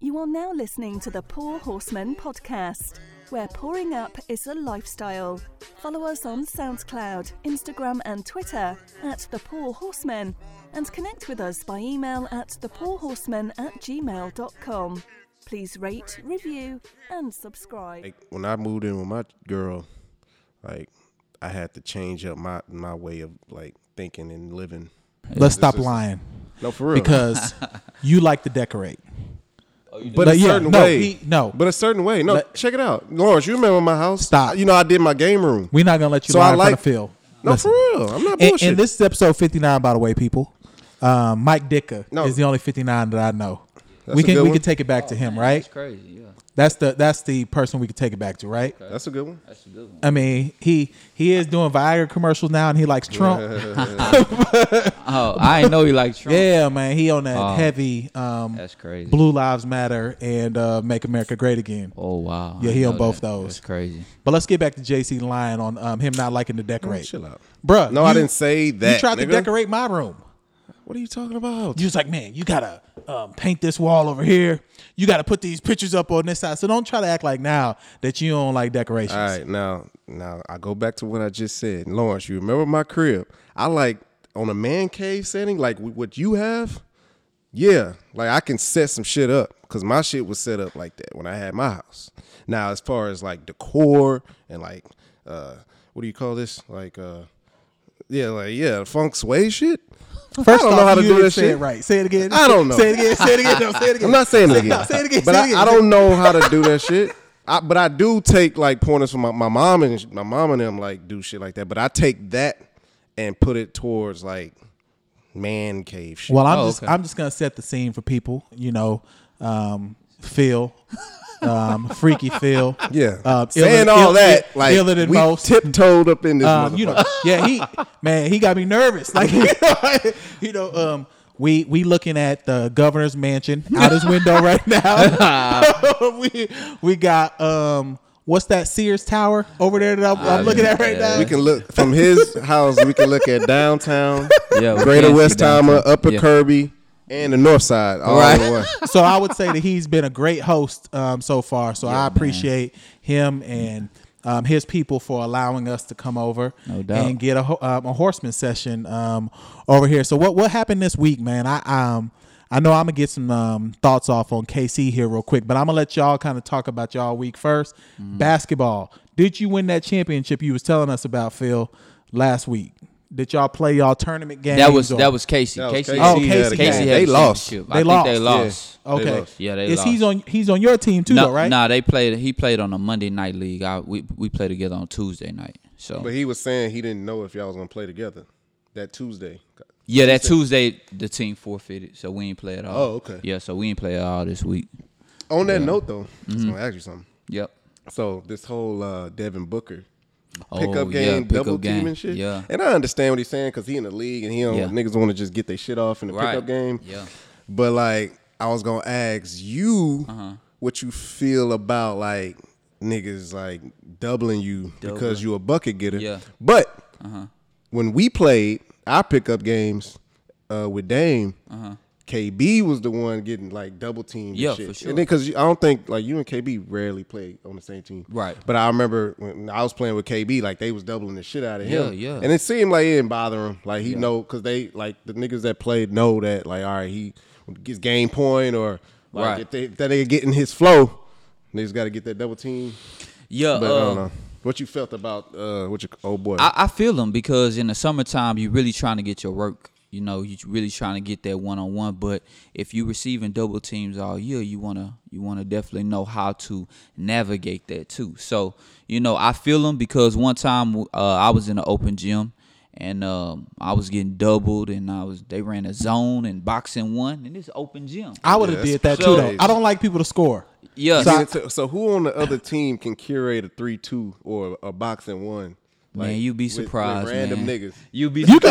You are now listening to the Poor Horsemen podcast, where pouring up is a lifestyle. Follow us on SoundCloud, Instagram, and Twitter at The Poor Horsemen, and connect with us by email at thepoorhorsemen at gmail.com. Please rate, review, and subscribe. like when I moved in with my girl, like I had to change up my my way of like thinking and living. Let's stop is- lying No, for real. because you like to decorate. but Like, a yeah, certain no, way, he- no. but a certain way. No, check it out, Lawrence. You remember my house? Stop. You know I did my game room. We're not gonna let you So lie I in front like- of Phil. no, Listen. for real. I'm not And, bullshit. and this is episode 59, by the way, people. Um, Mike Dicker No. is the only 59 that I know. That's we a can good we one. can take it back to him, right? That's crazy. Yeah, That's the that's the person we can take it back to, right? That's a good one. that's a good one. I mean, he he is doing Viagra commercials now, and he likes Trump. Oh, I ain't know you like Trump. yeah, man, he on that Oh. heavy um, that's crazy. Blue Lives Matter and uh, Make America Great Again. Oh wow. Yeah, I he know on both that. those. That's crazy. But let's get back to JC lying on um, him not liking to decorate. Chill out, Bruh, No, I didn't say You that, tried to nigga. decorate my room. What are you talking about? You was like, man, you gotta um, paint this wall over here. You gotta put these pictures up on this side. So don't try to act like now that you don't like decorations. All right, now now I go back to what I just said, Lawrence. You remember my crib? I like on a man cave setting, like wh- what you have. Yeah, like I can set some shit up because my shit was set up like that when I had my house. Now, as far as like decor and like, uh, what do you call this? Like, uh, yeah, like yeah, funk sway shit. First I don't off, know how to you do didn't that say shit. it right. Say it again. I don't know. Say it again. Say it again. No, say it again. I'm not saying it again. No, say it again. But say I, it again. I don't know how to do that shit. I, but I do take like pointers from my, my mom and sh- my mom and them like do shit like that. But I take that and put it towards like man cave shit. Well, I'm Oh, just okay. I'm just gonna set the scene for people. You know, um, Phil, um, Freaky Phil. yeah, uh, saying iller- all ill- that ill- like iller than we most. tiptoed up in this. Um, you know, motherfucker. yeah, he man, he got me nervous. Like you know, you know, um, we we looking at the governor's mansion out his window right now. we we got um, what's that Sears Tower over there that I'm, I'm Ah, looking yeah, at right yeah. now? we can look from his house. We can look at downtown, Yeah, we Greater can see Westheimer, downtown. Upper Yeah. Kirby, and the North Side. All Right. in one. so I would say that he's been a great host um, so far. So I appreciate him and um, his people for allowing us to come over No doubt. and get a, ho- um, a horseman session um, over here. So what what happened this week, man? I um I know I'm gonna get some um, thoughts off on KC here real quick, but I'm gonna let y'all kind of talk about y'all week first. Mm. Basketball. Did you win that championship you was telling us about, Phil, last week? Did y'all play y'all tournament games? That was or- that was Casey. That was Casey. Casey. Oh, had- Casey Casey had it. had They the lost. They championship. I think they lost. lost. okay. lost. Yeah, they Is lost. he's on he's on your team too, no, though, right? Nah, they played. He played on a Monday night league. I, we we played together on Tuesday night. So But he was saying he didn't know if y'all was gonna play together that Tuesday. yeah, that Tuesday the team forfeited, so we ain't play at all. Oh, okay. Yeah, so we ain't play at all this week. On that note, though, I Mm-hmm. was gonna ask you something. Yep. So this whole uh, Devin Booker Oh, pickup yeah, game, pickup double team game. and shit. Yeah. And I understand what he's saying because he in the league and he don't Yeah. niggas want to just get their shit off in the Right. pickup game. Yeah. But like, I was gonna ask you Uh-huh. what you feel about like niggas like doubling you because you a bucket getter. Yeah. Uh-huh. But when we played our pickup games uh, with Dame. KB was the one getting like double teamed. Uh-huh. Yeah, and shit. for sure. And then because I don't think like you and KB rarely play on the same team. Right. But I remember when I was playing with KB, like they was doubling the shit out of Yeah, him. yeah. And it seemed like it didn't bother him. Like he know because they like the niggas that played know that like all right he gets game point or like Right. if, they, if that nigga getting his flow, niggas got to get that double team. Yeah. But I don't uh, know what you felt about uh what your old boy. I, I feel them because in the summertime you really trying to get your work. You know, you really trying to get that one on one. But if you receiving double teams all year, you wanna you wanna definitely know how to navigate that too. So you know, I feel them because one time uh, I was in an open gym and um, I was getting doubled and I was they ran a zone and boxing one and it's open gym. I would have Yeah, did that that's too though. crazy. I don't like people to score. yeah, I uh, so- mean, so, so who on the other team can curate a three-two or a boxing one? man, you'd be with- with surprised. random man. niggas. you'd be You can do it.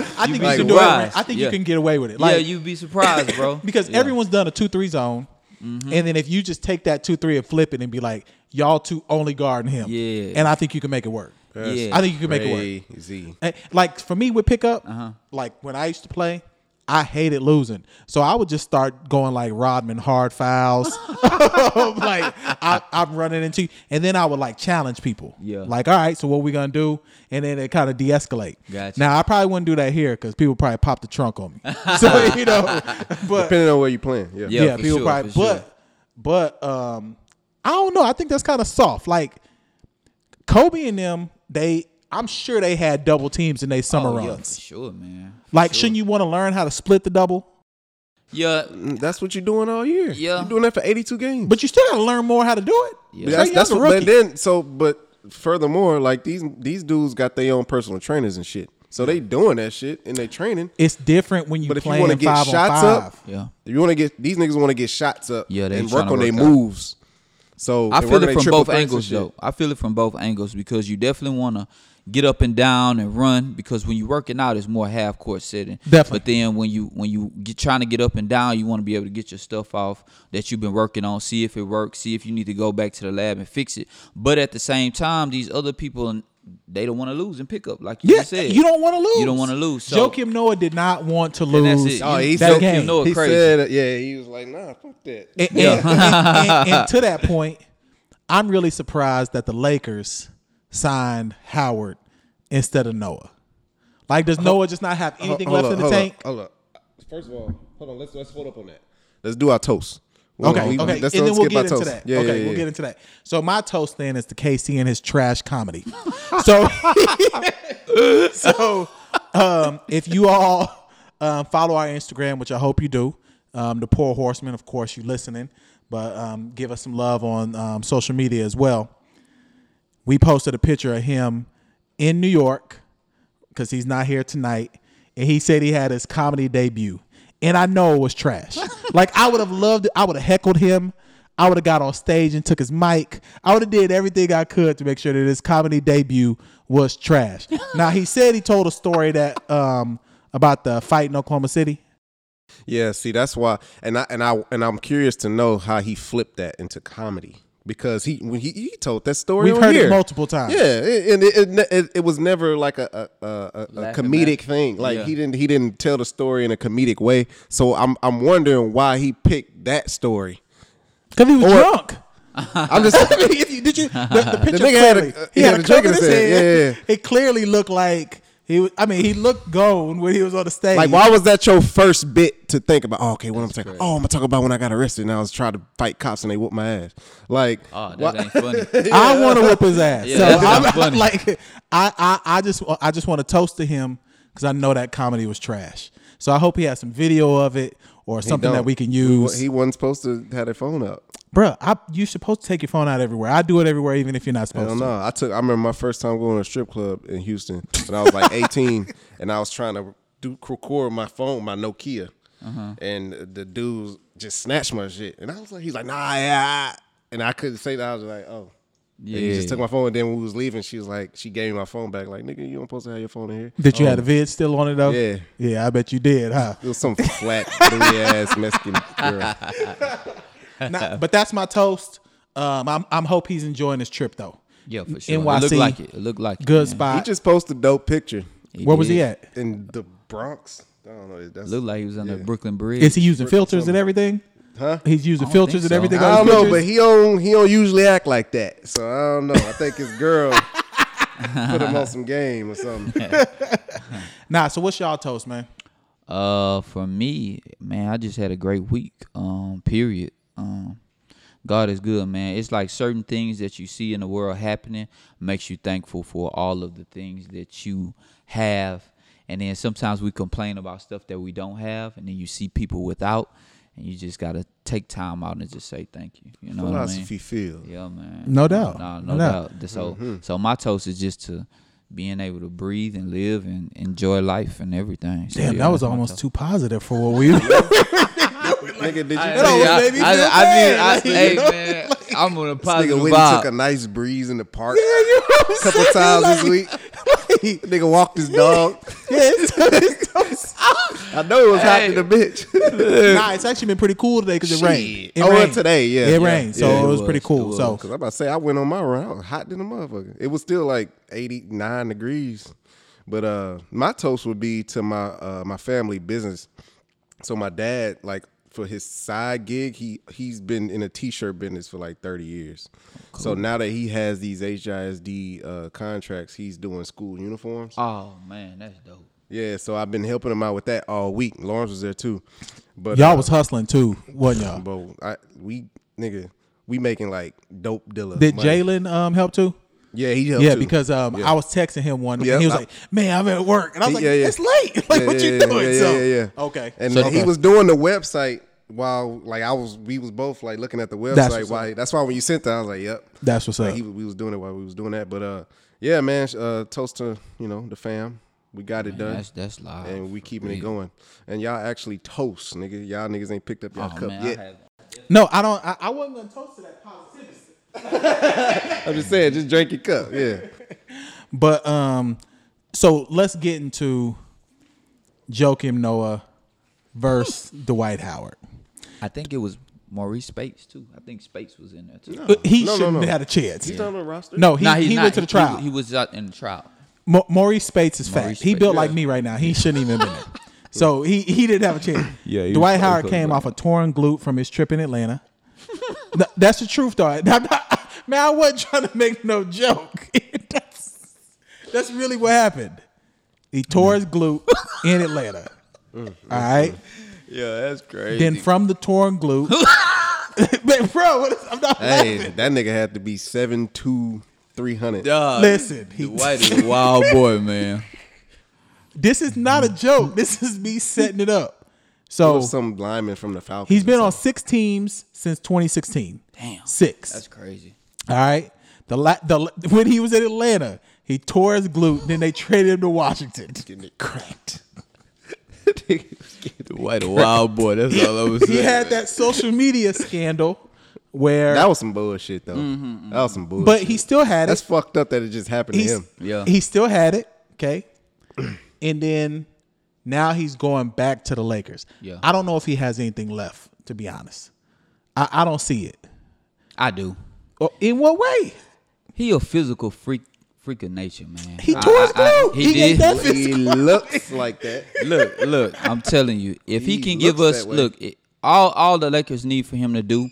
I think be you can do it. surprised. I think you Yeah. can get away with it. Like yeah, you'd be surprised, bro. because Yeah. Mm-hmm. everyone's done a two three zone, and then if you just take that two three and flip it and be like, y'all two only guarding him. Yeah. and I think you can make it work. Yeah. I think you can make it work. Crazy. Uh-huh. Eh, Like for me with pickup, like when I used to play, I hated losing. So I would just start going like Rodman hard fouls. like I, I'm running into you. And then I would like challenge people. Yeah. Like, all right, so what we gonna do? And then it kind of de escalate. Gotcha. Now I probably wouldn't do that here because people probably pop the trunk on me. so you know but Depending on where you're playing. Yeah. Yeah. for people sure, probably. for sure. But but um, I don't know. I think that's kind of soft. Like Kobe and them, they I'm sure they had double teams in their summer Oh, yeah, runs. for sure, man. Like, shouldn't you want to learn how to split the double? Yeah, Mm, That's what you're doing all year. Yeah. You're doing that for 82 games. But you still got to learn more how to do it. Yeah. Trae that's, Young's that's a what rookie. and then so but furthermore, like these these dudes got their own personal trainers and shit. So they doing that shit and they training. It's different when you But if you playing want to get five shots on five. up, yeah. if you want to get these niggas want to get shots up, Yeah, they and tryna work on their work out. moves. So I and feel work on it they from triple both threats and angles shit. though. I feel it from both angles because you definitely want to get up and down and run because when you're working out, it's more half court sitting. Definitely. But then when you when you get trying to get up and down, you want to be able to get your stuff off that you've been working on, see if it works, see if you need to go back to the lab and fix it. But at the same time, these other people they don't want to lose and pick up like you Yeah, just said. you don't want to lose. You don't want to lose. So Joakim Noah did not want to lose. that's it. Oh, he That said, game. he Noah crazy. said, yeah, he was like, nah, fuck that. And, Yeah. and- and- and- and to that point, I'm really surprised that the Lakers signed Howard instead of Noah. Like, does Noah just not have anything Hold left up, in the hold up, tank? hold up. First of all, hold on. Let's let's hold up on that. Let's do our toast. We'll- Okay, we- okay, let's don't and then we'll skip our get into toast. that. Yeah, okay, yeah, we'll yeah. get into that. So my toast then is to KC and his trash comedy. So, so um, if you all um, follow our Instagram, which I hope you do, um, the Poor Horseman, of course, you listening, but um, give us some love on um, social media as well. We posted a picture of him in New York because he's not here tonight, and he said he had his comedy debut, and I know it was trash. like I would have loved it. I would have heckled him. I would have got on stage and took his mic. I would have did everything I could to make sure that his comedy debut was trash. now he said he told a story that um about the fight in Oklahoma City. Yeah, see, that's why, and I and I and I'm curious to know how he flipped that into comedy because he when he, he told that story, We've on heard it here. multiple times. Yeah, it- and it, it, ne- it, it was never like a a, a, a- a Laugh at comedic that. thing. Like Yeah. he didn't he didn't tell the story in a comedic way. So I'm I'm wondering why he picked that story. Because he was Or- drunk. I'm just If you- did you the, the picture nigga had a- clearly, uh, he he had, had a a drink drink in his his head. hand, yeah, It clearly looked like he was, I mean, he looked gone when he was on the stage. like, why was that your first bit to think about? Oh, okay, what I'm talking? Oh, I'm gonna talk about when I got arrested and I was trying to fight cops and they whooped my ass. Like, Oh, that why- ain't funny. I want to whip his ass. Yeah, so that's not I'm, funny. like, I, I, I just, I just want to toast to him because I know that comedy was trash. So I hope he has some video of it or something that don't. we can use. he wasn't supposed to have their phone up. Bruh, I, you're supposed to take your phone out everywhere. I do it everywhere, even if you're not I supposed don't to. know. I took. I remember my first time going to a strip club in Houston when I was like 18, and I was trying to do record my phone, my Nokia, Uh-huh. and the dudes just snatched my shit, and I was like, he's like, nah, yeah, ah," and I couldn't say that. I was like, oh. Yeah, he just Yeah. took my phone, and then when we was leaving, she was like, she gave me my phone back. Like, nigga, you don't supposed to have your phone in here. Did you have the vid still on it though? Oh. Yeah. yeah, I bet you did, huh? It was some flat, blue ass Mexican girl. Nah, but that's my toast. Um, I'm, I'm hope he's enjoying his trip though. yeah, for sure. NYC, It looked like it. It looked like it. good man. He spot. just posted a dope picture Where was he did. at? in the Bronx. I don't know. That's, Looked like he was on the Brooklyn Bridge. Is he using filters and everything? Huh? He's using I don't filters and think so. everything. I on don't his know, pictures? but he don't he don't usually act like that. So I don't know. I think his girl put him on some game or something. Nah, so what's y'all toast, man? Uh, for me, man, I just had a great week. Um, period. Um, God is good, man. It's like certain things that you see in the world happening makes you thankful for all of the things that you have. And then sometimes we complain about stuff that we don't have, and then you see people without, and you just gotta take time out and just say thank you. You know what I mean? Philosophy field. Yeah, man. No doubt. Nah, No no, doubt. doubt. So, so my toast is just to being able to breathe and live and enjoy life and everything. So, Damn, yeah, that was that's my almost toast. too positive for what we. Nigga, did you Hey, almost I- made me I- feel I did- bad, I- like, hey, you know, man, I'm on a this nigga positive went and vibe. took a nice breeze in the park a a couple times this week. nigga walked his dog. Yeah, it's, it's toast. I know it was hot Hey. in the bitch. nah, it's actually been pretty cool today because it Shit. rained. It Oh, well, rained. today, yeah, It yeah, rained, so yeah, it it was was, pretty it cool. was. So Cause I'm about to say I went on my run. I was hot than a motherfucker. It was still like 89 degrees. But uh my toast would be to my uh my family business. So my dad, like for his side gig, he he's been in a t-shirt business for like 30 years. So now that he has these HISD uh, contracts, he's doing school uniforms. Oh man, that's dope. Yeah, so I've been helping him out with that all week. Lawrence was there too, but Y'all uh, was hustling too, wasn't y'all? bro, I we nigga, we making like dope dealer. Did money. Jalen um help too? Yeah, he helped yeah, too. because um Yeah. I was texting him one Yeah, and he was I- like, "Man, I'm at work," and I was like, Yeah, yeah. "It's late. Like, Yeah, what yeah, you yeah, doing?" Yeah, yeah, so yeah, yeah. okay, And So then he okay. was doing the website while like I was, we was both like looking at the website. That's That's, what's why, that's why when you sent that, I was like, "Yep." That's what's Like, up. He, we was doing it while we was doing that, but uh, yeah, man. Uh, toast to you know the fam. We got it done, That's that's live. and we keeping it Yeah. going. And y'all actually toast, nigga. Y'all niggas ain't picked up y'all Oh cup man, yet. I have. no, I don't. I, I wasn't gonna toast to that positivity, I'm just saying, just drink your cup. Yeah. but um, so let's get into Joakim Noah versus Dwight Howard. I think it was Maurice Spates too. I think Spates was in there too. But he No, no, shouldn't no. have had a chance. He's not on the roster. No, Uh, he, Nah, he's he not. went to the trial. He, he was out in the trial. Ma- Maurice Spates is fat. Maurice He Spates. built like me right now. He shouldn't even been there. So he, he didn't have a chance. Yeah, he was Dwight so Howard close, came bro. off a torn glute from his trip in Atlanta. Th- That's the truth, though. I'm not- man, I wasn't trying to make no joke. that's, that's really what happened. He tore his glute in Atlanta. All right. Yeah, that's crazy. Then from the torn glute, Man, bro, what is, I'm not Hey, laughing. that nigga had to be seven two three hundred. Listen, he, Dwight is a wild boy, man. this is not a joke. This is me setting it up. So Some lineman from the Falcons. He's been or on six teams since 2016. Damn. Six. That's crazy. all right. The, la- the la- when he was in Atlanta, he tore his glute. then they traded him to Washington. something. Getting it cracked. Dwight a wild boy. That's all I was saying. He had that social media scandal where, That was some bullshit though. That was some bullshit. Mm-hmm, but he still had that's it. fucked up that it just happened He's- to him. Yeah. He still had it. Okay. and then now he's going back to the Lakers. Yeah. I don't know if he has anything left. To be honest, I, I don't see it. I do. Well, Oh, In what way? He a physical freak, freak of nature, man. He I- tore his I- I- glute. He ain't that fit. He looks like that. look, look. I'm telling you, if he, He can give looks us that way. look, it, all all the Lakers need for him to do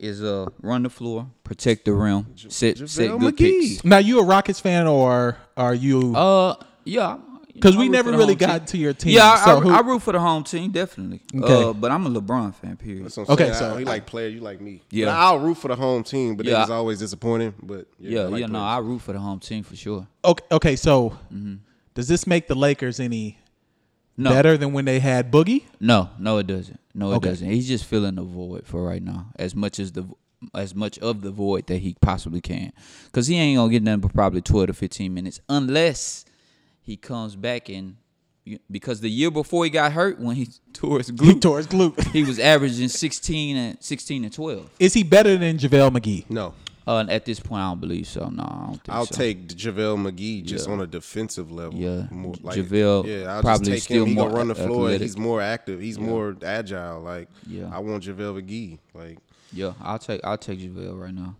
is uh run the floor, protect the rim, set set JaVale good McGee. picks. Now you a Rockets fan or are you? Uh, yeah. you 'Cause know, we I root never for the really home got team. to your team, Yeah, I, so I, who- I root for the home team definitely. Okay. Uh, but I'm a LeBron fan. Period. That's what I'm Okay, saying. I- so- he like player. You like me. Yeah. Yeah, I'll root for the home team, but Yeah. it's always disappointing. But Yeah, I like yeah, no, players. I root for the home team for sure. Okay, okay. So, does this make the Lakers any No, better than when they had Boogie? no, no, it doesn't. No, it Okay. doesn't. He's just filling the void for right now, as much as the as much of the void that he possibly can, because he ain't gonna get nothing but probably twelve to fifteen minutes, unless he comes back and you- because the year before he got hurt when he tore his He glute, tore his glute. he was averaging sixteen and sixteen and twelve. Is he better than JaVale McGee? no. Uh, and at this point, I don't believe so. No, I don't think I'll so. take JaVale McGee just Yeah. on a defensive level. Yeah. More, JaVale Yeah, I'll probably just take still him. He more gonna run the floor. athletic. He's more active. He's more agile. Like Yeah. I want JaVale McGee. Like Yeah, I'll take I'll take Javale right now.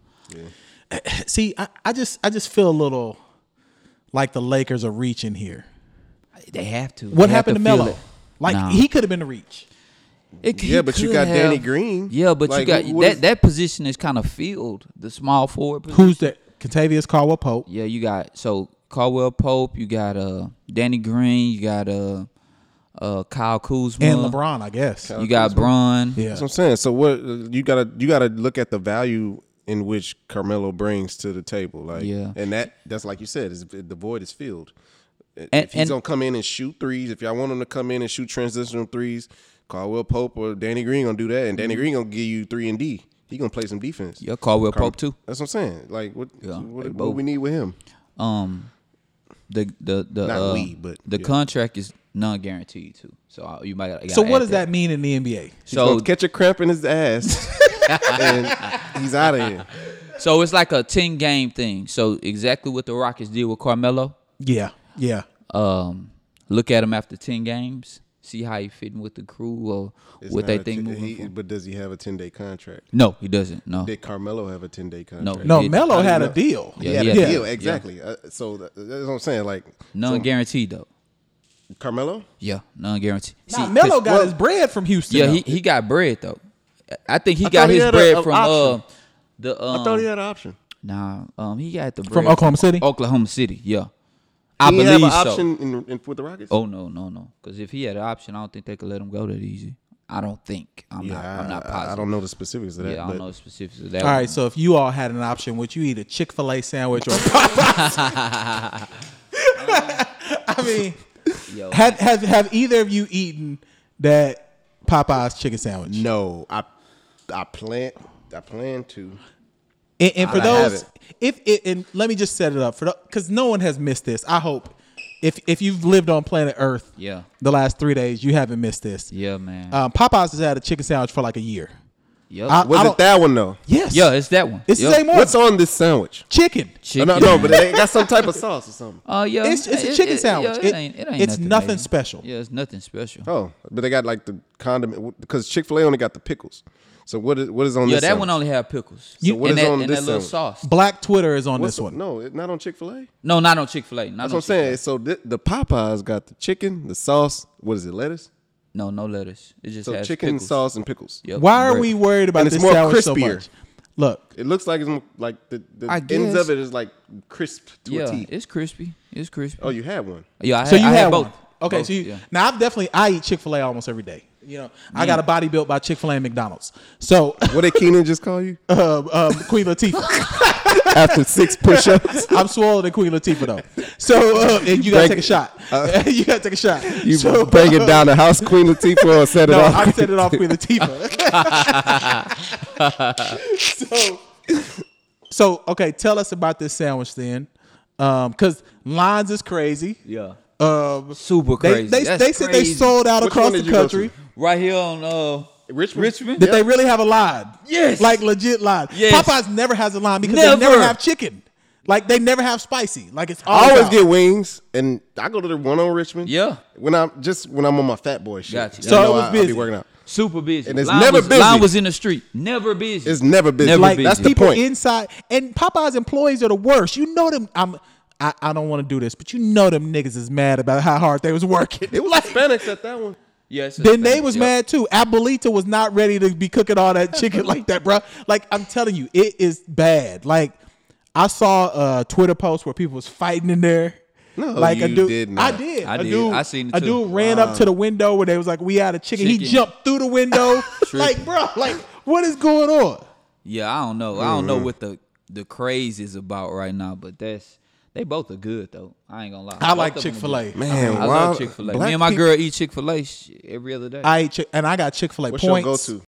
See, I, I just I just feel a little like the Lakers are reaching here. They have to. What They have happened to feel Melo? it. Like Nah. he could have been a reach. It, Yeah, he but you could got have- Danny Green. Yeah, but you Like, got wh- what that is- that position is kind of filled. The small forward. Position. Who's that? Contavious Caldwell Pope. Yeah, you got so Caldwell Pope. You got uh Danny Green. You got uh uh Kyle Kuzma And LeBron, I guess. You got Bron. Yeah. that's what I'm saying. So what you gotta you gotta look at the value in which Carmelo brings to the table. Like Yeah. and that that's like you said, is the void is filled. And- if he's and- gonna come in and shoot threes, if y'all want him to come in and shoot transitional threes, Caldwell Pope or Danny Green gonna do that, and Danny Green gonna give you three and D. He gonna play some defense. Mm-hmm. Yeah, Caldwell Carm- Pope too. That's what I'm saying. Like what Yeah, what, they what both. we need with him? Um, the the the Not uh, we, but, the yeah. contract is non guaranteed too. So uh, you might. gotta So what add does that mean in the NBA? So So catch a cramp in his ass, and he's out of here. so it's like a ten game thing. So exactly what the Rockets did with Carmelo. Yeah. Yeah. um, look at him after ten games, see how he fitting with the crew or It's what not they a think ten- moving. he- forward. But does he have a ten day contract? no, he doesn't. No, Did Carmelo have a ten day contract? No, No, he- Melo had a know? deal. he Yeah, had he a had a deal deal. exactly. Uh, so that, that's what I'm saying. Like none so, guaranteed though. Carmelo? Yeah, none guaranteed. Nah, See, Melo 'cause- got his bread from Houston. Yeah, though. he, he got bread though. I think he I got thought he his had a- bread a from uh, option. the I thought he um, had an option. nah um he got the bread From Oklahoma City? Oklahoma City, yeah. he I believe didn't have an so. option in, in, with the Rockets. Oh no, no, no. Because if he had an option, I don't think they could let him go that easy. I don't think. I'm not. I'm not I- I, positive. I don't know the specifics of that. yeah, I but don't know the specifics of that. All one. right, so if you all had an option, would you eat a Chick Fil A sandwich or? a Popeyes? I mean, Yo, have, have have either of you eaten that Popeyes chicken sandwich? No, I I plan I plan to. And, and for I haven't. those, if it, and let me just set it up for because no one has missed this. I hope if if you've lived on planet Earth, Yeah. the last three days you haven't missed this. yeah, man. uh, Um, Popeyes has had a chicken sandwich for like a year. Yup. I- Was don't- it that one though? Yes, yeah, it's that one. it's the Yup. same one. What's on this sandwich? Chicken. Oh, Chicken. no, no, but they got some type of sauce or something. Uh, yeah, It's- it's a it- chicken it- sandwich. yeah, It- it's nothing major. special. Yeah, it's nothing special. Oh, but they got like the condiment because Chick Fil A only got the pickles. So what is what is on yeah, this? that one only had pickles. You- what and is that, on and this that little sandwich? sauce. Black Twitter is on What's this one. No, it, not on Chick Fil A. No, not on Chick Fil A. That's what I'm saying. So th- the Popeyes got the chicken, the sauce. What is it? Lettuce. No, no lettuce. It just So has chicken pickles. sauce and pickles. Yep. Why are Right. we worried about And it's this more sandwich so crispier. much? Look, It looks like it's more- like the, the I ends guess. of it is like crisp to Yeah, a T. it's crispy. It's crispy. Oh, you had one. yeah. I had, so you I have had both. both. Okay, Both, so you, yeah. now I've definitely I eat Chick Fil A almost every day. You know, I got a Mm. body built by Chick Fil A and McDonald's. So What did Keenan just call you uh, um, Queen Latifah, after six push-ups? I'm swollen than Queen Latifah though. So uh, and you gotta Break- take a shot. you gotta take a shot. Uh, You so, bring it down to house Queen Latifah or set it No, off. I set it off Queen Latifah. so, so okay, tell us about this sandwich then, because lines is crazy. Yeah. Um, Super They, crazy. they, That's they said they crazy. sold out Which across one the did you go country. to? right here on uh Richmond. Richmond. Did they really have a line? Yes. Like legit line. Yes. Popeyes never has a line because they never Never. have chicken. Like they never have spicy. Like it's I always, always out. get wings, and I go to the one on Richmond. Yeah. When I'm just when I'm on my fat boy shit. Gotcha. You So know it was I, busy. I be working out. Super busy. And it's line never was, busy. Line was in the street. Never busy. It's never busy. Never like, busy. That's the people point. inside and Popeyes employees are the worst. You know them. I'm. I, I don't want to do this, but you know them niggas is mad about how hard they was working. it was Hispanics at that one. yes. Then they was mad too. Abuelita was not ready to be cooking all that chicken like that, bro. Like I'm telling you, it is bad. Like I saw a Twitter post where people was fighting in there. No, like a you dude, did I not. did. I A did. Dude, I seen it a too. dude ran up to the window where they was like, "We out of chicken." He Chicken. jumped through the window. like, bro, like what is going on? Yeah, I don't know. I don't know what the the craze is about right now, but that's they both are good though. I ain't gonna lie. I Both like of them are Chick-fil-A. good. Man, I why- love Chick Fil A. black Me and my people- girl eat Chick Fil A every other day. I ate chick- and I got Chick Fil A What's points. your go-to?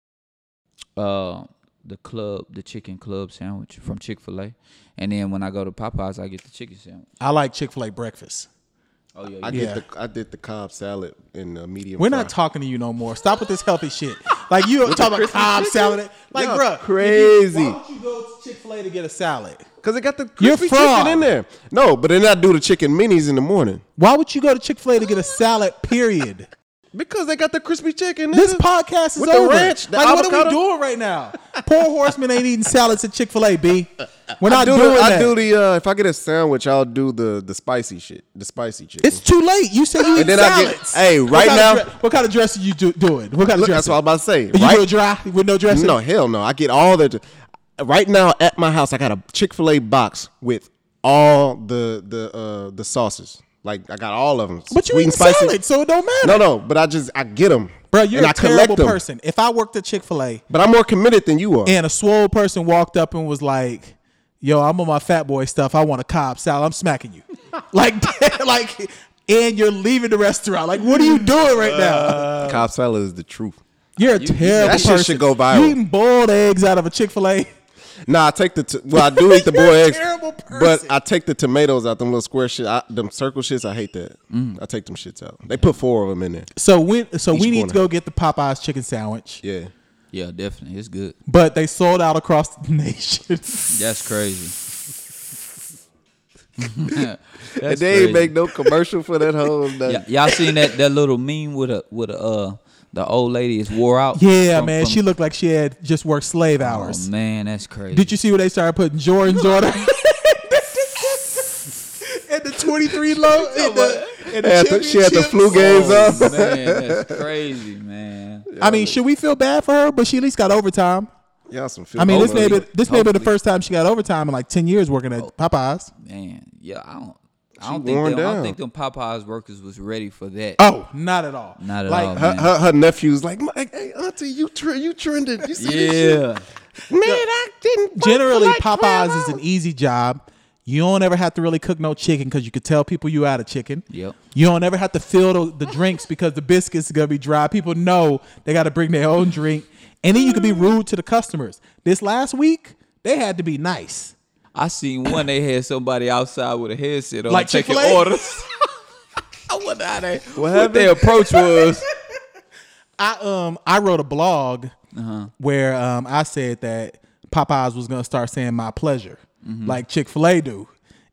uh, the club, the chicken club sandwich from Chick Fil A, and then when I go to Popeyes, I get the chicken sandwich. I like Chick Fil A breakfast. Oh yeah, I yeah. get Yeah. the I did the Cobb salad in the medium. We're fry. not talking to you no more. Stop with this healthy shit. Like you talking about Cobb salad. Like, Y'all bro, crazy. why don't you go to Chick Fil A to get a salad? Cause it got the You're crispy fraud. chicken in there. No, but then I do the chicken minis in the morning Why would you go to Chick Fil A to get a salad? Period. because they got the crispy chicken. This nigga. podcast is With the over. ranch, the like, what are we avocado. doing right now? Poor horseman ain't eating salads at Chick Fil A. B. We're not I do, doing the, that. I do the uh, if I get a sandwich, I'll do the the spicy shit, the spicy chicken. it's too late. You said you eat And then I get- salads. Hey, What right kind of now- dre- what kind of dressing you do, doing? What kind of Look, dressing? that's what I'm about to say. You right? real dry with no dressing? No, hell no. I get all the. Right now at my house, I got a Chick Fil A box with all the the uh, the sauces. Like I got all of them. But you eat salad, so it don't matter. No, no. But I just I get them, Bro, you're and a I collect terrible 'em. person. If I worked at Chick Fil A But I'm more committed than you are. and a swole person walked up and was like, "Yo, I'm on my fat boy stuff. I want a cob salad. I'm smacking you." like, like, and you're leaving the restaurant. Like, what are you doing right now? Cobb salad is the truth. you're a terrible Uh, that shit person. should go viral. You eating boiled eggs out of a Chick Fil A? Nah, I take the t- well. I do eat the You're boiled a eggs, terrible but person. I take the tomatoes out. Them little square shit, I, them circle shits. I hate that. Mm. I take them shits out. They put four of them in there. So we, so we Each need corner. to go get the Popeyes chicken sandwich. Yeah. definitely. It's good. But they sold out across the nation. That's crazy. and That's they ain't crazy. make no commercial for that whole. nothing. Y- y'all seen that that little meme with a with a uh the old lady is wore out. yeah, from- man, from- she looked like she had just worked slave Oh hours. man, that's crazy. Did you see where they started putting Jordan's on her? and the 23 low? And the, at Had the- she had the flu championships. games up. Oh, Oh. man, that's crazy, man. I mean, should we feel bad for her? But she at least got overtime. Y'all some I mean, this may neighbor. be this may be the first time she got overtime in like ten years working Oh. at Popeyes. Man, yeah, I don't. She I worn don't, think them, I down. don't think them Popeyes workers was ready for that. Oh, not at all. Not at Like, all. Her, Man. her, her nephew's like, "My- hey, auntie, you tr- you trending. You see this shit? yeah. Man, I didn't. work Generally, for like Popeyes 12 is an hours." easy job. You don't ever have to really cook no chicken because you could tell people you out of chicken. Yep. You don't ever have to fill the, the drinks because the biscuits are gonna be dry. People know they got to bring their own drink, and then you can be rude to the customers. This last week, they had to be nice. I seen one. They had somebody outside with a headset on Like taking Chick-fil-A? orders. I wonder how they what, happened? their approach was. I um I wrote a blog Uh-huh. where um I said that Popeyes was gonna start saying my pleasure Mm-hmm. like Chick Fil A do,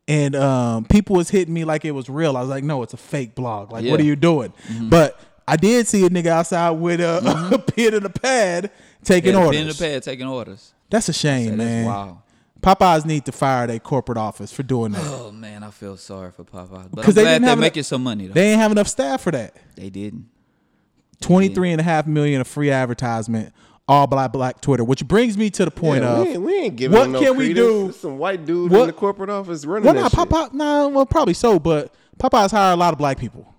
and um people was hitting me like it was real. I was like, no, it's a fake blog. Like, what are Yeah. Mm-hmm. you doing? But I did see a nigga outside with a, a pen and a pad taking Yeah, orders. been in the pad taking orders. That's a shame, Yeah, man. that's wild. Popeyes need to fire their corporate office for doing that Oh man, I feel sorry for Popeyes, but I'm because they glad didn't they're have enough- making some money though. They ain't have enough staff for that. they didn't. 23 Mm-hmm. and a half million of free advertisement all black black twitter which brings me to the point Yeah, of we, ain't, we ain't giving what them no can we do credence. It's some white dude What- in the corporate office running well that not shit. popeye nah, well probably so but popeyes hire a lot of black people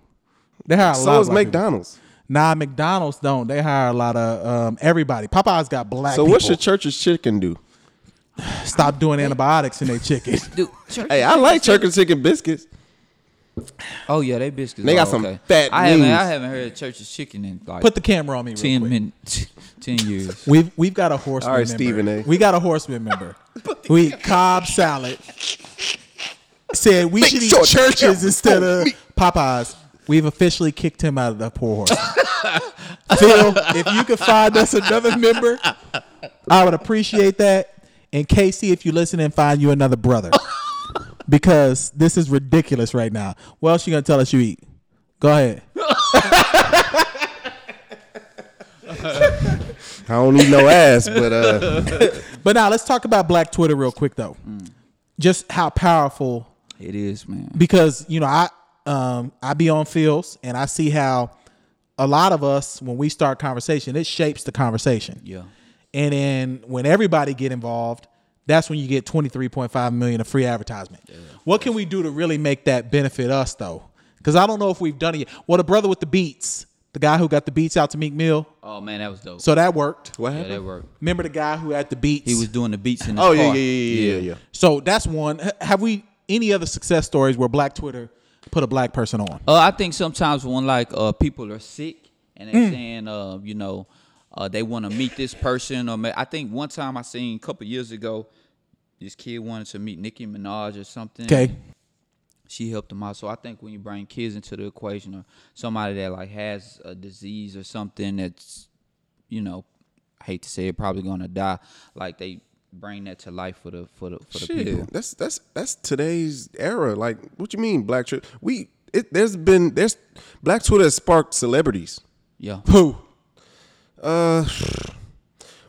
they hire a lot So of is black people. McDonald's. nah mcdonald's don't they hire a lot of um, everybody popeyes got black So people what should Church's Chicken do? stop doing antibiotics in their chicken Dude, church- Hey, I like Church's Chicken biscuits. Oh yeah, they biscuits. They got are some okay. fat I haven't, I wings. haven't heard of Church's chicken in like put the camera on me real ten quick. minutes, ten years. We've we've got a horseman. All right, member. Stephen A. We got a horseman member. we eat Cobb salad. Said we should eat sure the churches camera's instead of Popeyes. We've officially kicked him out of the poor horse. Phil, if you could find us another member, I would appreciate that. And Casey, if you listen and find you another brother, because this is ridiculous right now. What else you gonna tell us you eat? Go ahead. I don't need no ass, but uh, But now let's talk about Black Twitter real quick though. Just how powerful It is, man. because you know I um I be on fields and I see how a lot of us when we start conversation it shapes the conversation. Yeah. And then when everybody get involved, that's when you get 23.5 million of free advertisement. What can we do to really make that benefit us though? Cuz I don't know if we've done it yet. Well, the brother with the beats, the guy who got the beats out to Meek Mill, Oh man, that was dope. so that worked. what yeah, that happened? worked. Remember the guy who had the beats? He was doing the beats in the Oh yeah, yeah, yeah, yeah, yeah. So that's one. H- Have we any other success stories where Black Twitter put a black person on? Uh, I think sometimes when like uh, people are sick and Mm. they saying, uh, you know, uh, they want to meet this person, or ma- I think one time I seen a couple years ago, this kid wanted to meet Nicki Minaj or something. Okay. she helped them out. So I think when you bring kids into the equation or somebody that like has a disease or something that's, you know, I hate to say it, probably gonna die, like they bring that to life for the for the for the people. Shit, that's that's that's today's era. Like, what you mean, black Twitter? We it, there's been there's black Twitter has sparked celebrities. Yeah. Who? Uh,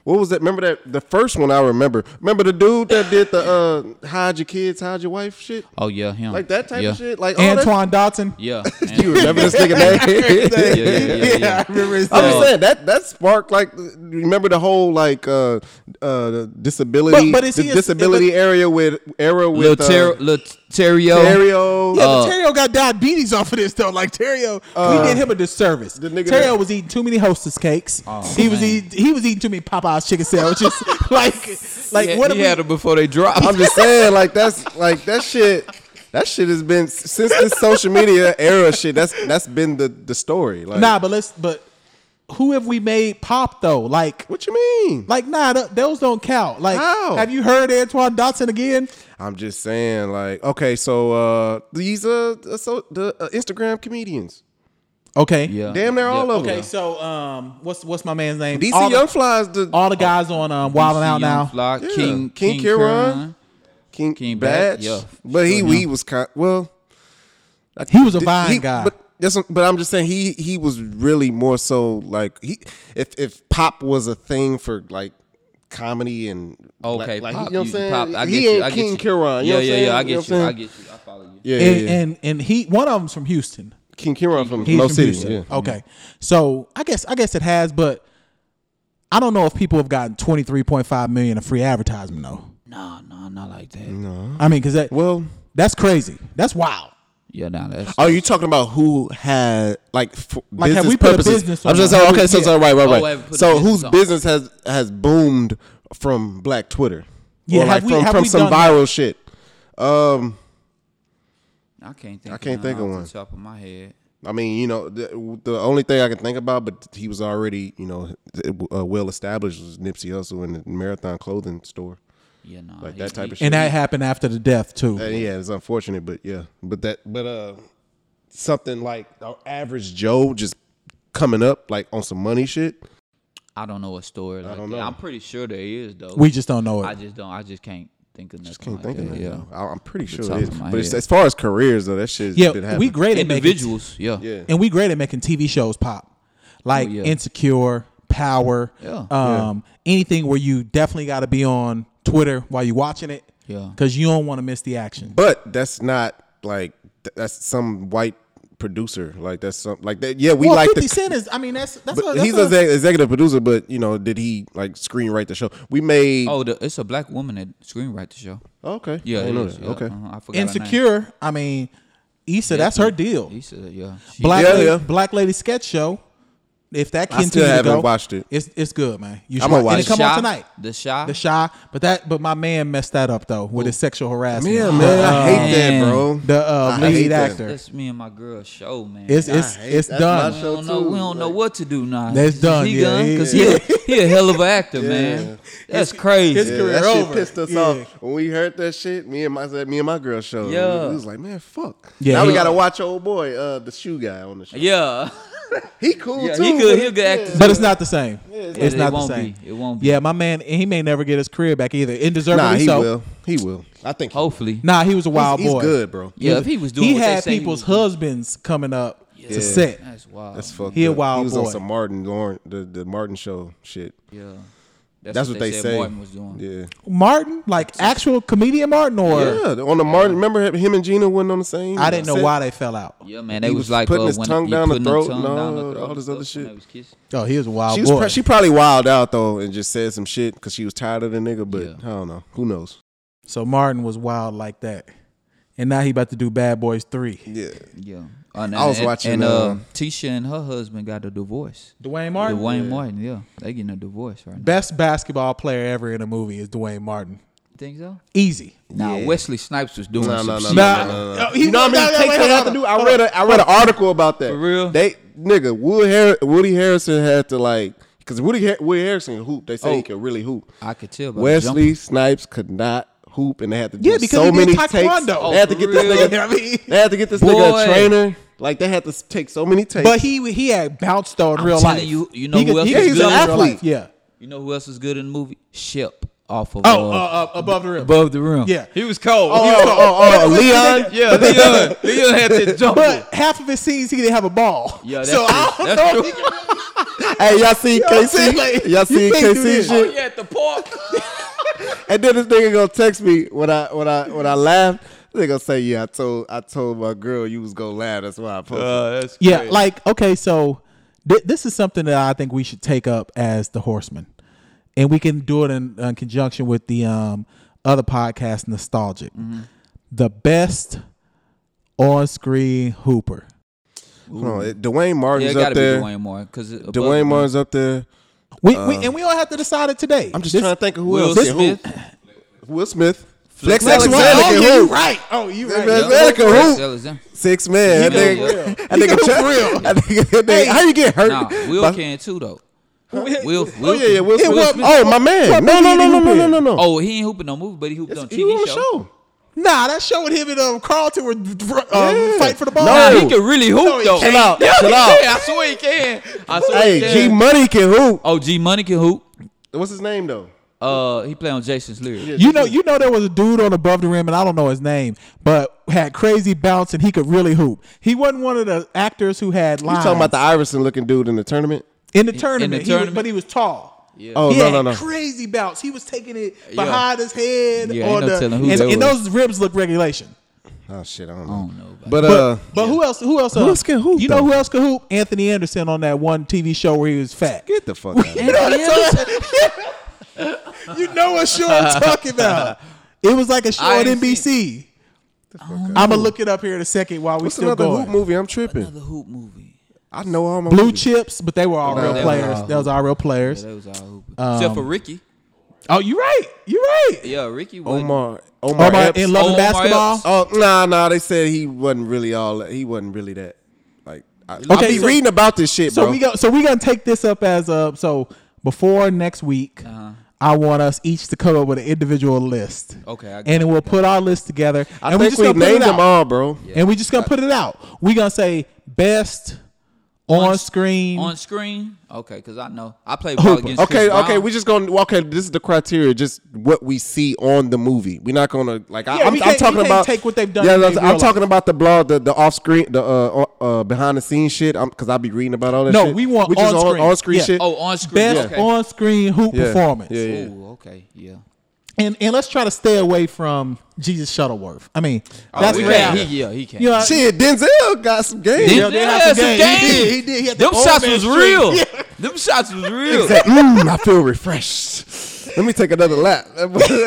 what was that? Remember that the first one I remember. Remember the dude that did the uh hide your kids, hide your wife shit, Oh yeah, him. like that type yeah. of shit. Like all that- Antoine Dotson. Yeah. You remember this nigga name? yeah, yeah, yeah, yeah. I remember his I'm just name. saying that that sparked like remember the whole like uh uh disability But- but is the he a- disability but- area with era Lil with uh, Ter- Lil Terrio. Terrio. Yeah, but Terrio got diabetes off of this though. Like Terrio, we did him a disservice. the nigga Terrio that- was eating too many Hostess cakes. he was man. eating he was eating too many Popeyes chicken sandwiches. like like Yeah, what if he we- had them before they dropped. I'm just saying like that's like that shit. That shit has been since this social media era shit. That's that's been the the story. Like, Nah, but let's but who have we made pop though? Like what you mean? like nah, th- those don't count. Like How? have you heard Antoine Dotson again? I'm just saying like okay, so uh these uh so the uh, Instagram comedians. Okay. yeah. Damn, they're all yeah. over. Okay, so um, what's what's my man's name? DC all Young the, Fly is the all the guys on um Wildin' Out now. Flock, Yeah. King, King King Kieran. Kieran. King, King Batch. Batch, yeah. But he Sure, he yeah. was kind well. I- He was a did- Vine he- guy. But that's what- but I'm just saying he he was really more so like he if if pop was a thing for like comedy and Okay, like, like, pop, you know what I'm you- saying? Pop, I he get ain't you, I get King you. Kiran. You yeah, know what I'm yeah, saying? yeah. I You know get what you. I'm I saying? get you. I follow you. Yeah, yeah, And, yeah. and and he one of them's from Houston. King Kieran from He's No from City. Houston. Yeah. Okay. So I guess I guess it has, but I don't know if people have gotten twenty three point five million of free advertisement though. No, no, not like that. I mean, because that Well, that's crazy. That's wild. Yeah, no, that's oh, you talking about who had like f- Like, have business we put a purposes? business I'm on just it? saying. Okay, so, Yeah. so right, right, Oh, right. have we put a so business whose on it? business has has boomed from Black Twitter? Yeah, or have like we- from have from we some done that? viral shit. Um, I can't think. I can't of think none of off one. The top of my head. I mean, you know, the, the only thing I can think about, but he was already, you know, uh, well established was Nipsey Hussle in the Marathon clothing store. Yeah, no, Like he- that type of he- shit. And that happened after the death too. Uh, yeah, it's unfortunate, but yeah, but that, but uh, something like our average Joe just coming up like on some money shit. I don't know a story. Like I don't That. know. I'm pretty sure there is though. We just don't know I it. just don't. I just can't think of nothing. Just can't think like of that. it. Yeah. though. I- I'm pretty the sure top it is. of my But it's, head. as far as careers though, that shit's been Yeah, happening. we great at making Individuals. Yeah. Yeah. and we great at making TV shows pop, like Oh, yeah. Insecure, Power, Yeah. um, anything where you definitely got to be on Twitter while you're watching it, Yeah. because you don't want to miss the action. But that's not like th- that's some white producer. Like that's some like that. Yeah, we well, like 50 the Cent is, I mean, that's that's, But a, that's he's a- an executive producer, but you know, did he like screenwrite the show? We made Oh, Oh, the, it's a black woman that screenwrite the show. okay, Yeah, I it didn't know is, that. yeah. Okay, Uh-huh, I forgot her name. Insecure. I mean, Issa, that's her deal. He said, yeah. She- Black Yeah, lady, yeah. Black Lady sketch show. If that I continues still to haven't go, watched it. It's it's good, man. You should I'ma watch it. And watch it. Come Shy- on tonight. The shy. The shy, but that, but my man messed that up though with his sexual harassment. yeah, man, Uh, I hate man. that, bro. the uh, I hate lead that. actor. That's me and my girl show, man. It's it's hate- it's that's done. my we show don't know. too, We don't know like- what to do now. That's Is done, He yeah, he- because he, a- he a hell of an actor, man. That's crazy. his career- Yeah, that over. shit pissed us Yeah. off when we heard that shit. Me and my me and my girl showed. Yeah. we, was like, man, fuck. Yeah, now we he- gotta watch old boy, uh, the shoe guy on the show. yeah, He cool Yeah, too. he good- but he a good actor. But it's not the same. it's Yeah, it not won't the same. be. It won't be. Yeah, my man, and he may never get his career back either. And Yeah. deservedly Nah, he so. will. He will. I think. he will. hopefully. Nah, he was a wild he's, boy. He's good, bro. Oh, Yeah, if he was doing he what they had say he people's was doing. husbands coming up Yeah. to set. That's wild. That's fucked. He a up. wild He was boy. on some Martin Lawrence, the the Martin show shit. Yeah, That's what they said say. Martin was doing. Yeah. Martin, like actual comedian Martin, or Yeah, on the Martin. Remember him and Gina wasn't on the same. I didn't know set? why they fell out. Yeah, man, they He was, was like putting uh, his when tongue he down the putting his throat and tongue down all- the throat all this and other stuff when shit. they was kissing. Oh, he was a wild She was boy. pr- she probably wild out though and just said some shit because she was tired of the nigga. But Yeah. I don't know. Who knows? so Martin was wild like that, and now he about to do Bad Boys Three. Yeah. Yeah, Oh, and, I was and- watching, And uh, uh, Tisha and her husband got a divorce. Dwayne Martin, Dwayne Martin, yeah, they getting a divorce right now. best basketball player ever in a movie is Dwayne Martin. Think so? Easy. Nah, Wesley Snipes was doing No, some no, no, shit. no, Nah. no, Oh, no. he- You know what no, I mean? no, Takes they wait, hold have to on, do. I hold read a I read an article about that. For real? They nigga Woody, Har- Woody Harrison had to like because Woody Har- Woody Harrison hoop. They say he Oh. could really hoop. I could tell. By the Wesley jump. Snipes could not hoop, and they had to do Yeah, because so he did many takes. taekwondo. They had to Oh, get for this real? nigga. They had to get this nigga a Boy. trainer. Like they had to s- take so many takes. But he he had bounced though in I'm real telling life. you- you know he who could- else he is could good? do it in He's an real life. athlete. Yeah. You know who else was good in the movie? Shep off of. Oh, uh, uh, uh, above the rim. above the rim. Yeah. He was cold. oh, oh, oh, oh, Leon. yeah, Leon. Leon had to jump. But half of his scenes he didn't have a ball. Yeah, that's so uh, true. I don't That's know. true. if he could- Hey, y'all seen know what I'm saying? KC? Like, y'all you seen can't do KC this. shit? Oh, yeah, at the park. And then this nigga gonna text me when I when I when I laugh. They gonna say, "Yeah, I told I told my girl you was gonna laugh. That's why I posted." Uh, that's Yeah, crazy. like okay, so th- this is something that I think we should take up as the Horsemen, and we can do it in, in conjunction with the um, other podcast, Nostalgic, Mm-hmm. the best on-screen hooper. Hold on, it- Dwayne Martin's yeah, it up gotta there. be Dwayne, Dwayne Martin. Cause it- above the rim. Martin's up there. We, we and we don't have to decide it today. Uh, I'm just This- trying to think of who Will else. Yeah, Smith. Who? Will Smith. Flex Flex Alexander. Oh, can yeah, hoop. you right. Oh, you That right. man- Yeah. Alexander can Flex hoop. Alexander. Six man. He That go nigga, real. that nigga, real. That nigga, that nigga, how you get hurt? Nah, Will By- can too though. Who- Will, Will Oh yeah, yeah. Will Yeah, Smith. Will Smith. oh my man. No, no, he no, no, hoop no, no, in. no, no. Oh, he ain't hooping no movie, but he hooped on TV he on the show. show. Nah, that show with him and um, Carlton were um, Yeah. fight for the ball. No. Nah, he can really hoop he though. Chill out. Yeah, Chill he out. can. I swear he can. I swear Hey, he can. G Money can hoop. oh, G Money can hoop. What's his name though? Uh, he play on Jason's lyrics. You know, you know, there was a dude on above the rim, and I don't know his name, but had crazy bounce, and he could really hoop. He wasn't one of the actors who had You lines. talking about the Iverson looking dude in the tournament? in the tournament? he was- tournament? but he was tall. Yeah. Oh he no had no no. crazy bounce. He was taking it behind his head, Yeah, or ain't no the, telling who and, that and was. those ribs look regulation. Oh shit, I don't I know. don't know. But But But, uh, but who else? Who else? uh, else can hoop, You know though? who else can hoop? Anthony Anderson on that one TV show where he was fat. get the fuck out. of here. You know what I'm saying? you know what show I'm talking about. It was like a show I on ain't NBC. I'm gonna look it up here in a second while we What's still another going. hoop movie? I'm tripping. another hoop movie. I know all my Blue movies. chips, but they were all real they were players. all- That was all real Yeah, players. they was all hooping. Except for Ricky. Oh, you right. You right. Yeah, Ricky was Omar. Omar. Omar Epps. in love and Omar basketball. Epps. Oh nah, nah. They said he wasn't really all. that- He wasn't really that. Like I, I Okay, be so- reading about this shit, So bro. we go. So we gonna take this up as a. So before next week, I want us each to come up with an individual list. Okay, I got and we'll put our list together. I and we think just we gonna put it named them out. all, bro. and we just gonna put it out. We gonna say best on, screen. on screen. Okay, because I know I played ball against Okay, Chris Brown. okay, we just gonna okay. This is the criteria, just what we see on the movie. We're not gonna like. I, Yeah, I'm, we I'm can't- talking we can't about take what they've done Yeah, in I'm, their I'm real talking about the blog, the, the off screen, the uh, uh behind the scenes shit. I'm because I be reading about all that. No, shit. we want just on-screen. on screen Yeah. shit. Oh, on screen. best okay. on screen hoop Yeah, performance. Yeah, yeah. Ooh, okay, yeah. And and let's try to stay away from Jesus Shuttleworth. I mean, that's we rare. can't- he- yeah, he can't. You know, Uh, Shit, Denzel got some game. Yeah, they had some some game. He game. did, he did. He had the Them old shots man was streak. real. Them shots was real. Mm, I feel refreshed. Let me take another lap.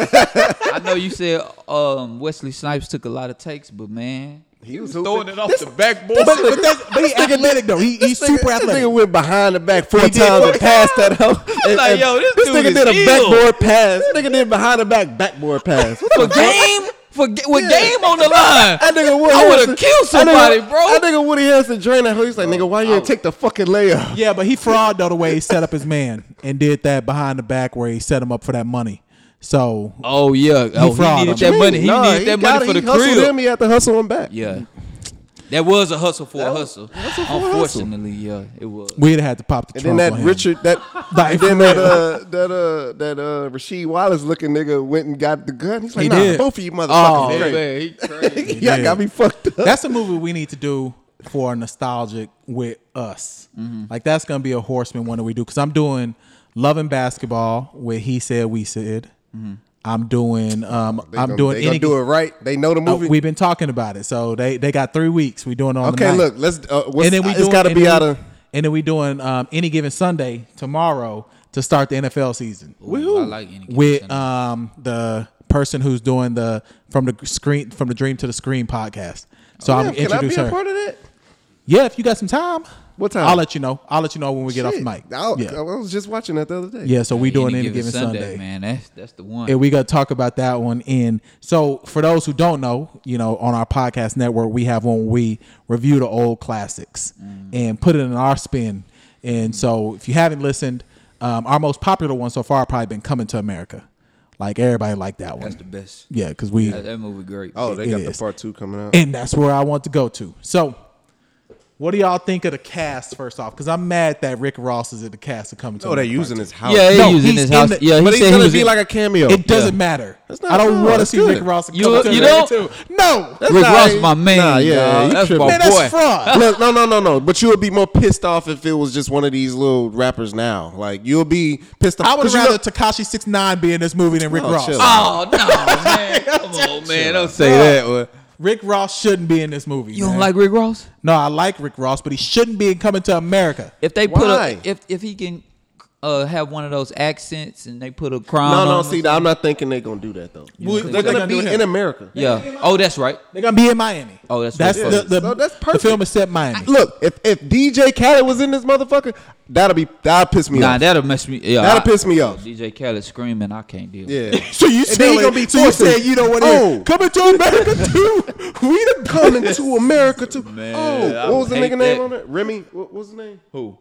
I know you said um, Wesley Snipes took a lot of takes, but man, he was Throwing hooping. it off the backboard. but, but, that's, but he's athletic though. He, he's This nigga- super This athletic. nigga went behind the back four He did. times and passed that hoe. And- like, and yo, this dude nigga is did a ill. backboard pass. This nigga did behind the back backboard pass. What for the fuck? game, for ga- with game on the line, That nigga Woody I would Harrelson- have killed that nigga- somebody, bro. Oh. That nigga Woody Harrelson drained that hoe. He's like, nigga, why you didn't take the fucking layup? Yeah, but he fraud though the way he set up his man and did that behind the back where he set him up for that money. So Oh yeah, oh, he fraud needed him. that money. He Nah, needed that got money it. for the he hustled crib. Him, he had to hustle him back. Yeah, that was a hustle for a hustle. for a hustle. Unfortunately, yeah, it was. we'd have had to pop the And trunk then that on him. Richard, that Like, and for then that real. uh, that uh, that uh, Rasheed Wallace looking nigga went and got the gun. He's like, He nah, did. both of you motherfuckers. Yeah, great. Oh, man, he crazy. Y'all got me fucked up. That's a movie we need to do for nostalgic with us. Mm-hmm. Like that's gonna be a horseman one that we do because I'm doing Love and Basketball where he said we said. I'm doing um Mm-hmm. They I'm gonna- doing They gonna any do it right. They know the Oh, movie. we've been talking about it. So they they got three weeks. We doing it on okay, the night. look. Let's. Uh, what's, and then we it's doing- got to and be then out we- of. and then we doing um, any given Sunday tomorrow to start the NFL season Ooh, I like any game. with um the person who's doing the from the screen from the dream to the screen podcast. So I'm Oh, Yeah, gonna can I be introduce a her. part of that? Yeah, if you got some time. What time? I'll let you know. I'll let you know when we get Shit. off mic. I'll- I yeah. was just watching that the other day. yeah, so we uh, doing Any any, Given given Sunday. Sunday, man. That's that's the one. And we gonna talk about that one. And so for those who don't know, you know, on our podcast network, we have one where we review the old classics Mm. and put it in our spin. And so if you haven't listened, um, our most popular one so far probably been Coming to America. Like everybody liked that that's one. the best. Yeah, because we That, that movie great. Oh, they It got is. the part two coming out. and that's where I want to go to. So, what do y'all think of the cast first off? Because I'm mad that Rick Ross is in the cast of coming to. oh, they America. using his house. yeah, he No, was in he's his in house. the- yeah, he but said he's he gonna was be in- like a cameo. It doesn't matter. not I wrong. don't want to That's see good. Rick Ross. in You- Coming to you America don't? too. No, That's Rick not- Ross my man, Nah, yeah, dog. you That's tripping. my man, that's boy. fraud. Look, no, no, no, no. But you would be more pissed off if it was just one of these little rappers now. Like you'll be pissed off. I would 'cause you rather know- Takashi Six Nine be in this movie than Rick Oh, Ross. chill out. Oh no, man! Come on, man! Don't say Bro. that. One. Rick Ross shouldn't be in this movie. You don't man. like Rick Ross? No, I like Rick Ross, but he shouldn't be in Coming to America. If they put Why? a if if he can uh, have one of those accents and they put a crown. No, on no. him See, or I'm not thinking they're gonna do that though. Well, They're they gonna gonna do be here? in America. something. yeah. Oh, that's right. They're gonna be in Miami. Oh, that's that's what the, it is. the, So that's the perfect. film is set in Miami. Look, if if DJ Khaled was in this motherfucker, that'll be that'll piss me Nah, off. that'll mess me. Yeah, uh, That'll I- piss me off. DJ Khaled screaming, I can't deal. yeah. So you And then he telling- gonna be so you forcing- saying you know what? Oh. Oh. Coming to America too. We the coming to America too. oh, I what was the hate nigga name that. on it? Remy. What, what was his name? Who?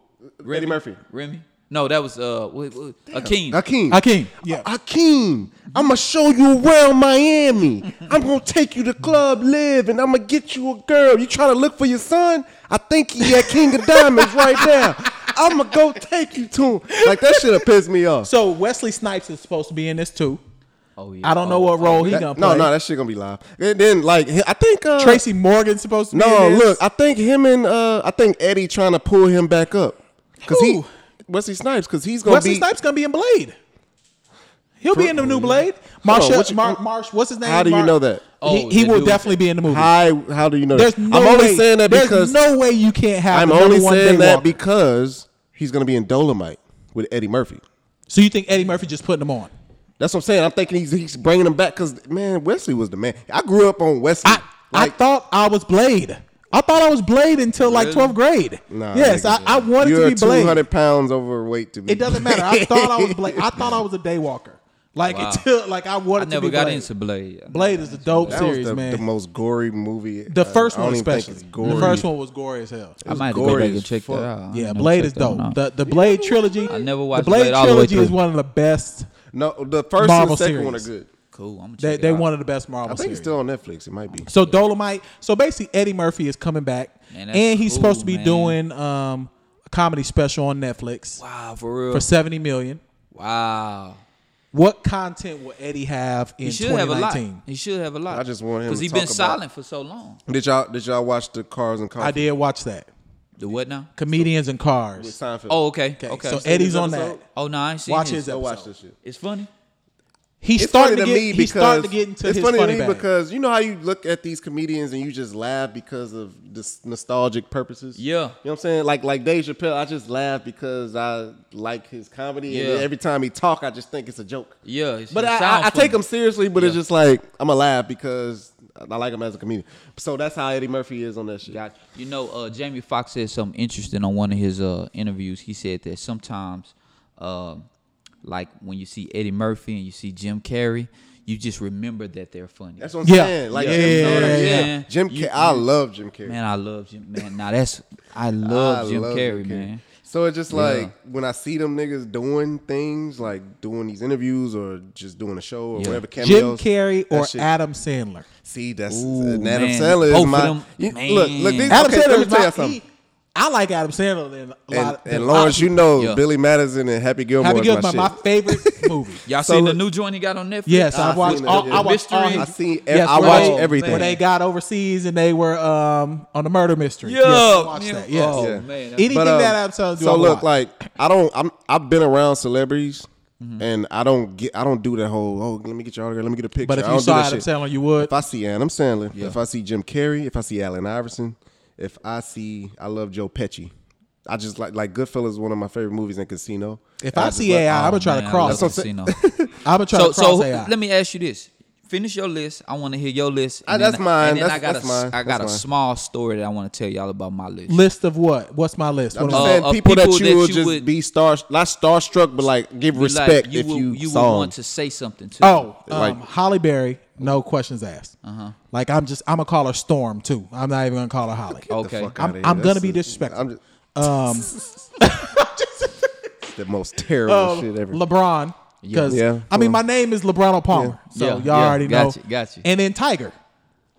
Eddie Murphy. Remy? No, that was uh, what, what, Akeem. Akeem. Hakeem. Yeah. Akeem. I'ma show you around Miami. I'm gonna take you to Club Live and I'ma get you a girl. You trying to look for your son? I think he at King of Diamonds right now. I'ma go take you to him. Like that shit have pissed me off. So Wesley Snipes is supposed to be in this too. Oh yeah. I don't know Oh, what role he That- gonna no, play. no, that shit gonna be live. And then like I think uh, Tracy Morgan's supposed to be. No, in this. look, I think him and uh, I think Eddie trying to pull him back up because he Who? Wesley Snipes because he's gonna Wesley be Snipes gonna be in Blade. He'll be in the new Blade. Marsh, on, what you- Mar- Marsh, what's his name? How do you Mar- know that? Oh, he he the will dude. definitely be in the movie. How how do you know? There's that? no I'm only way- saying that there's because no way you can't have. I'm the number only one saying that Daywalker. because he's gonna be in Dolomite with Eddie Murphy. so you think Eddie Murphy just putting them on? That's what I'm saying. I'm thinking he's he's bringing him back because man, Wesley was the man. I grew up on Wesley. I like, I thought I was Blade. I thought I was Blade until like Really? 12th grade. nah, yes, nigga, I, I wanted you're to be Blade. 200 pounds overweight to be. It doesn't matter. I thought I was Blade. I thought I was a Daywalker. Like Wow. until like I I wanted to never be got Blade. into Blade. Blade is a dope That series, was the, man. the most gory movie. The first I don't one, even think especially. it's gory. The first one was gory as hell. I might have to gory go back as and check fuck. that out. I Yeah, ain't Blade never is checked that dope. out. The the Blade trilogy. I never The watched Blade Blade all the way trilogy is through. one of the best. No, the first Marvel and second one are series. good. cool. I'm gonna They check they it out. one of the best Marvel. I think series. it's still on Netflix. It might be. So Dolomite. So basically, Eddie Murphy is coming back, Man, that's and he's cool, supposed to be man. doing um, a comedy special on Netflix Wow, for real. for seventy million. wow. What content will Eddie have in He should have a lot. 2019? He should have a lot. I just want him because to he's talk been about- silent for so long. Did y'all did y'all watch the Cars and Coffee? I did watch that. The what now? Comedians and With cars. Seinfeld. Oh, okay. Okay. Okay, so this Eddie's on episode? that. oh no, I ain't seen Watch his. his Go watch episode. this shit. It's funny. He's It's starting funny to to get. me He's starting to because- get into it's his funny, funny to me bag. because you know how you look at these comedians and you just laugh because of this nostalgic purposes. Yeah. you know what I'm saying. Like like Dave Chappelle, I just laugh because I like his comedy, and Yeah. then every time he talk, I just think it's a joke. Yeah, it's- but it I, I, sounds I take funny. him seriously, but it's just like I'm a laugh because I like him as a comedian. So that's how Eddie Murphy is on that shit. Got you. You know, uh, Jamie Foxx said something interesting on one of his uh, interviews. He said that sometimes, uh, like when you see Eddie Murphy and you see Jim Carrey, you just remember that they're funny. That's what I'm Yeah. saying. Like Yeah, Jim, yeah, Carrey. yeah, yeah, yeah. Jim You- Carrey. I love Jim Carrey. man, I love Jim. Man, now that's I love I Jim love Carrey, man. So it's just like when I see them niggas doing things like doing these interviews or just doing a show or Yeah. whatever Jim cameos. Carrey or that shit- Adam Sandler. See, that's Ooh, and Adam man. Sandler Both is of my them, you- man. look. Look, these, Adam okay, Sandler let me is tell my. you something. he- I like Adam Sandler than a and, lot. than and a lot Lawrence, of you people. know Yeah. Billy Madison and Happy Gilmore Happy is Gilmore, my my shit. favorite movie. Y'all So seen the look- new joint he got on Netflix? Ah. Yes, I've I've watched. seen it, All, yeah. I watched all Mystery. his, I seen. ev- yes, I when watch they- everything. When they got overseas and they were um, on the murder mystery. Yeah, Yes, I watched yeah. that. Yes. Oh Yeah. man, that's- Anything that Adam Sandler do, um, so I look watch. like I don't. I'm. I've been around celebrities. And I don't get, I don't do that whole. Oh, let me get your autograph. Let me get a picture. But I if you don't do saw that Adam shit. Sandler, you would. If I see Adam Sandler, if I see Jim Carrey, if I see Allen Iverson, if I see I love Joe Pesci. I just like like Goodfellas is one of my favorite movies and Casino. If I just ah, see love- AI, I'm gonna try to Man, I cross. love it. Casino. I'm gonna try so to so cross let AI. me ask you this. Finish your list. I want to hear your list. Ah, that's then- mine. And then I That's- got that's a, mine. I got That's a mine. small story that I want to tell y'all about my list. List of what? What's my list? I'm What just am I- saying uh, people, that people you that would you just would- be star not starstruck, but like give You like- respect you if would, you, you saw would him. want to say something to. Oh, um, Like- Holly Berry, no questions asked. Uh-huh. Like I'm just, I'm gonna call her Storm too. I'm not even gonna call her Holly. Get the okay. fuck I'm- outta here. I'm gonna That's be a- disrespectful. I'm just, the most terrible Um, shit ever. LeBron, because Yeah. I mean, my name is LeBron Palmer, so Yeah. y'all Yeah. already Got know. you. Got you. And then Tiger.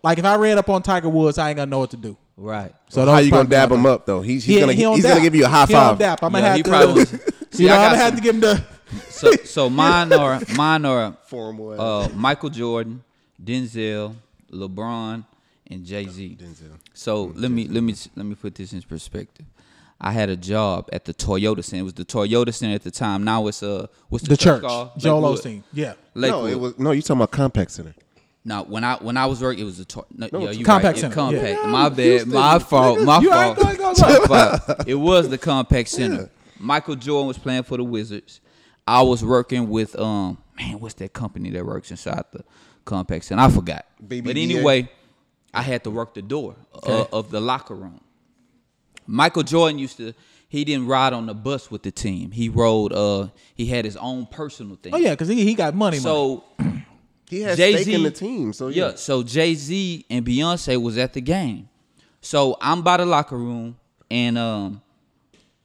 Like if I read up on Tiger Woods, I ain't gonna know what to do. Right. So How those you gonna probably dab my- him up though? He's he's He- gonna he on he's gonna dap. give you a high He on five. dap. I'm gonna Yeah, have he to. probably was- See, you know, I I'm got gonna have some- to give him the. So so mine are mine are Formal ass. uh, Michael Jordan, Denzel, LeBron, and Jay Z. Denzel. Mm, So let me let me let me put this in perspective. I had a job at the Toyota Center. It was the Toyota Center at the time. Now it's uh what's the, the church, called? Joel Lakewood. Osteen. Yeah. No, Lakewood. it was no. You talking about Compact Center? No, when I when I was working, it was a tor- no, yeah, you Compact right, it- Center. Compact. Yeah. My bad. my fault. My You fault. ain't gonna go My fault. It was the compact center. Michael Jordan was playing for the Wizards. I was working with um man, what's that company that works inside the compact center? I forgot. But BBVA? anyway, I had to work the door uh, of the locker room. Michael Jordan used to. He didn't ride on the bus with the team. He rode. Uh, he had his own personal thing. Oh yeah, because he, he got money. money. So He has Jay-Z- stake in the team, so yeah. so Jay Z and Beyonce was at the game. So I'm by the locker room, and um,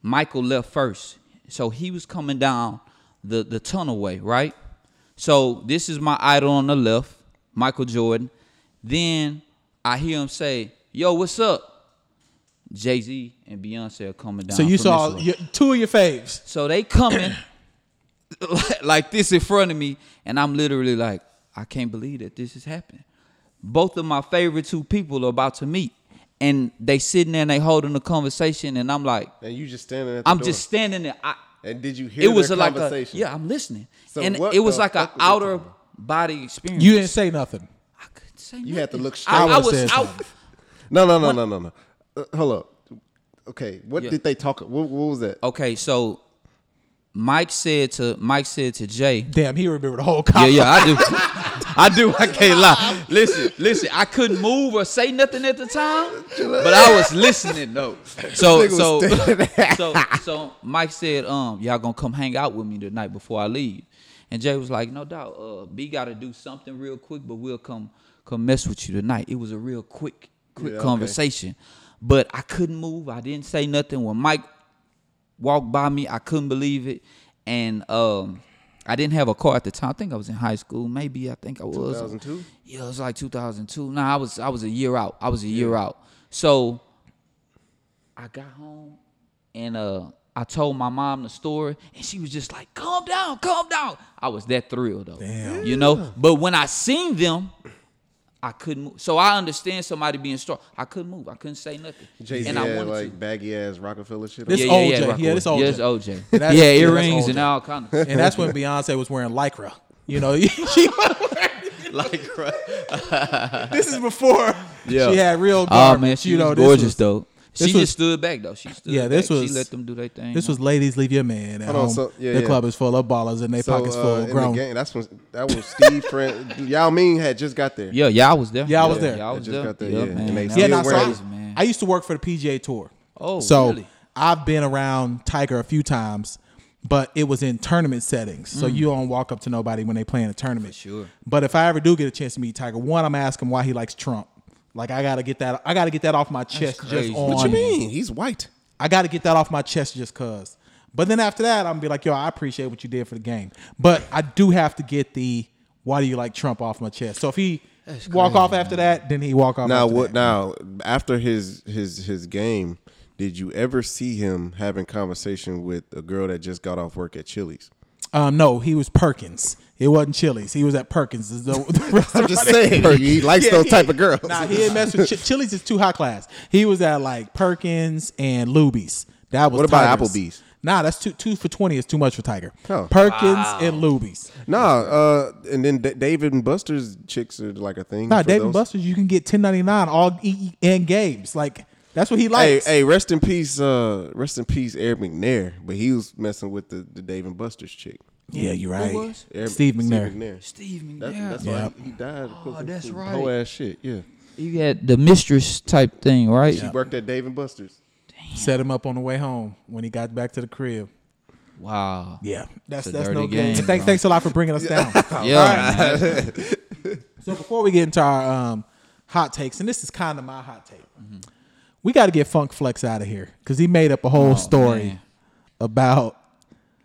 Michael left first. So he was coming down the the tunnel way, right? So this is my idol on the left, Michael Jordan. Then I hear him say, "Yo, what's up?" Jay Z and Beyonce are coming down. So you from this saw way. your, two of your faves. So they coming like this in front of me, and I'm literally like, I can't believe that this is happening. Both of my favorite two people are about to meet, and they sitting there and they holding a conversation, and I'm like, And you just standing at the I'm door. just standing there. I And did you hear It was their like a conversation? yeah, I'm listening, So and what it was the like an fuck was they outer talking body experience. You didn't say nothing. I couldn't say. You had to nothing. look I, straight. I I would've was. said I, something. No, no, no, no, no, no. Uh, hold up. Okay, what Yeah. did they talk? What, what was that? okay, so Mike said to Mike said to Jay. Damn, he remembered the whole cop. Yeah, yeah, I do. I do. I can't lie. Listen, listen. I couldn't move or say nothing at the time, but I was listening though. So, This nigga so, was so, so Mike said, "Um, y'all gonna come hang out with me tonight before I leave." And Jay was like, "No doubt. Uh, B got to do something real quick, but we'll come come mess with you tonight." It was a real quick, quick Yeah, okay. conversation, but I couldn't move. I didn't say nothing when Mike walked by me. I couldn't believe it, and um, I didn't have a car at the time. I think I was in high school. Maybe I think I was 2002? Yeah, it was like 2002. Nah, I was I was a year out. I was a year out. So I got home and uh, I told my mom the story, and she was just like, "Calm down, calm down." I was that thrilled though, Damn. you know. But when I seen them. I couldn't move. So I understand somebody being strong. I couldn't move. I couldn't say nothing. Jay Z and I had wanted like to. baggy ass Rockefeller shit. on. This- It's OJ. rock Yeah, with it's it. Yeah, OJ. it's OJ. That's- yeah, yeah, that's earrings and OJ. all kind of and that's when Beyonce was wearing lycra. You know, she, like. this is before Yeah. she had real Oh garments. man, she you know, was this gorgeous was- though. She this just was- stood back though. She stood. Yeah, this back. was- She let them do their thing. This was ladies leave your man at Hold on, home. so- yeah, the yeah. club is full of ballers and their pockets full uh, of in grown. the game, that's when that was Steve Friend. Yao Ming had just got there. yeah, yeah, I was there. Yeah, I was there. Yeah, I was They just there. got that, yeah, yeah. man. And they that Yeah, still nah, was so wearing- I, crazy, man. I used to work for the PGA Tour. Oh, so really? I've been around Tiger a few times, but it was in tournament settings. So you don't walk up to nobody when they play in a tournament. Mm. sure. But if I ever do get a chance to meet Tiger, one, I'm gonna ask him why he likes Trump. Like I gotta get that. I gotta get that off my chest. Just crazy. on. What What you mean? He's white. I got to get that off my chest just cause. But then after that, I'm gonna be like, yo, I appreciate what you did for the game, but I do have to get the why do you like Trump off my chest. So if he walk off after that, then he walk off. Now after what? that. Now after his his his game, did you ever see him having conversation with a girl that just got off work at Chili's? Um, no, he was Perkins. It wasn't Chili's. He was at Perkins. Is the- the restaurant. saying, he likes Yeah, those he- type of girls. Nah, he didn't mess with Ch- Chili's. Is too high class. He was at like Perkins and Luby's. That was What about Tiger's. Applebee's? Nah, that's two two for twenty is too much for Tiger. Oh. Perkins and Luby's. Nah, uh, and then D- David and Buster's chicks are like a thing. Nah, for Dave those. and Buster's, you can get ten ninety nine all E- E- and games. Like that's what he Hey, likes. hey, rest in peace, uh, rest in peace, Eric McNair. But he was messing with the, the Dave and Buster's chick. yeah, you're right. was? Eric- Steve McNair. Steve That's, McNair. Oh, that's Yeah. why he died. because of that's some right. Whole ass shit. Yeah, You had the mistress type thing, right? he worked at Dave and Buster's. Set him up on the way home when he got back to the crib. Wow. Yeah, that's It's a that's dirty no good. game, Thanks, bro. thanks a lot for bringing us down. Yeah. man. so before we get into our um, hot takes, and this is kind of my hot take, we got to get Funk Flex out of here because he made up a whole Oh, story man. about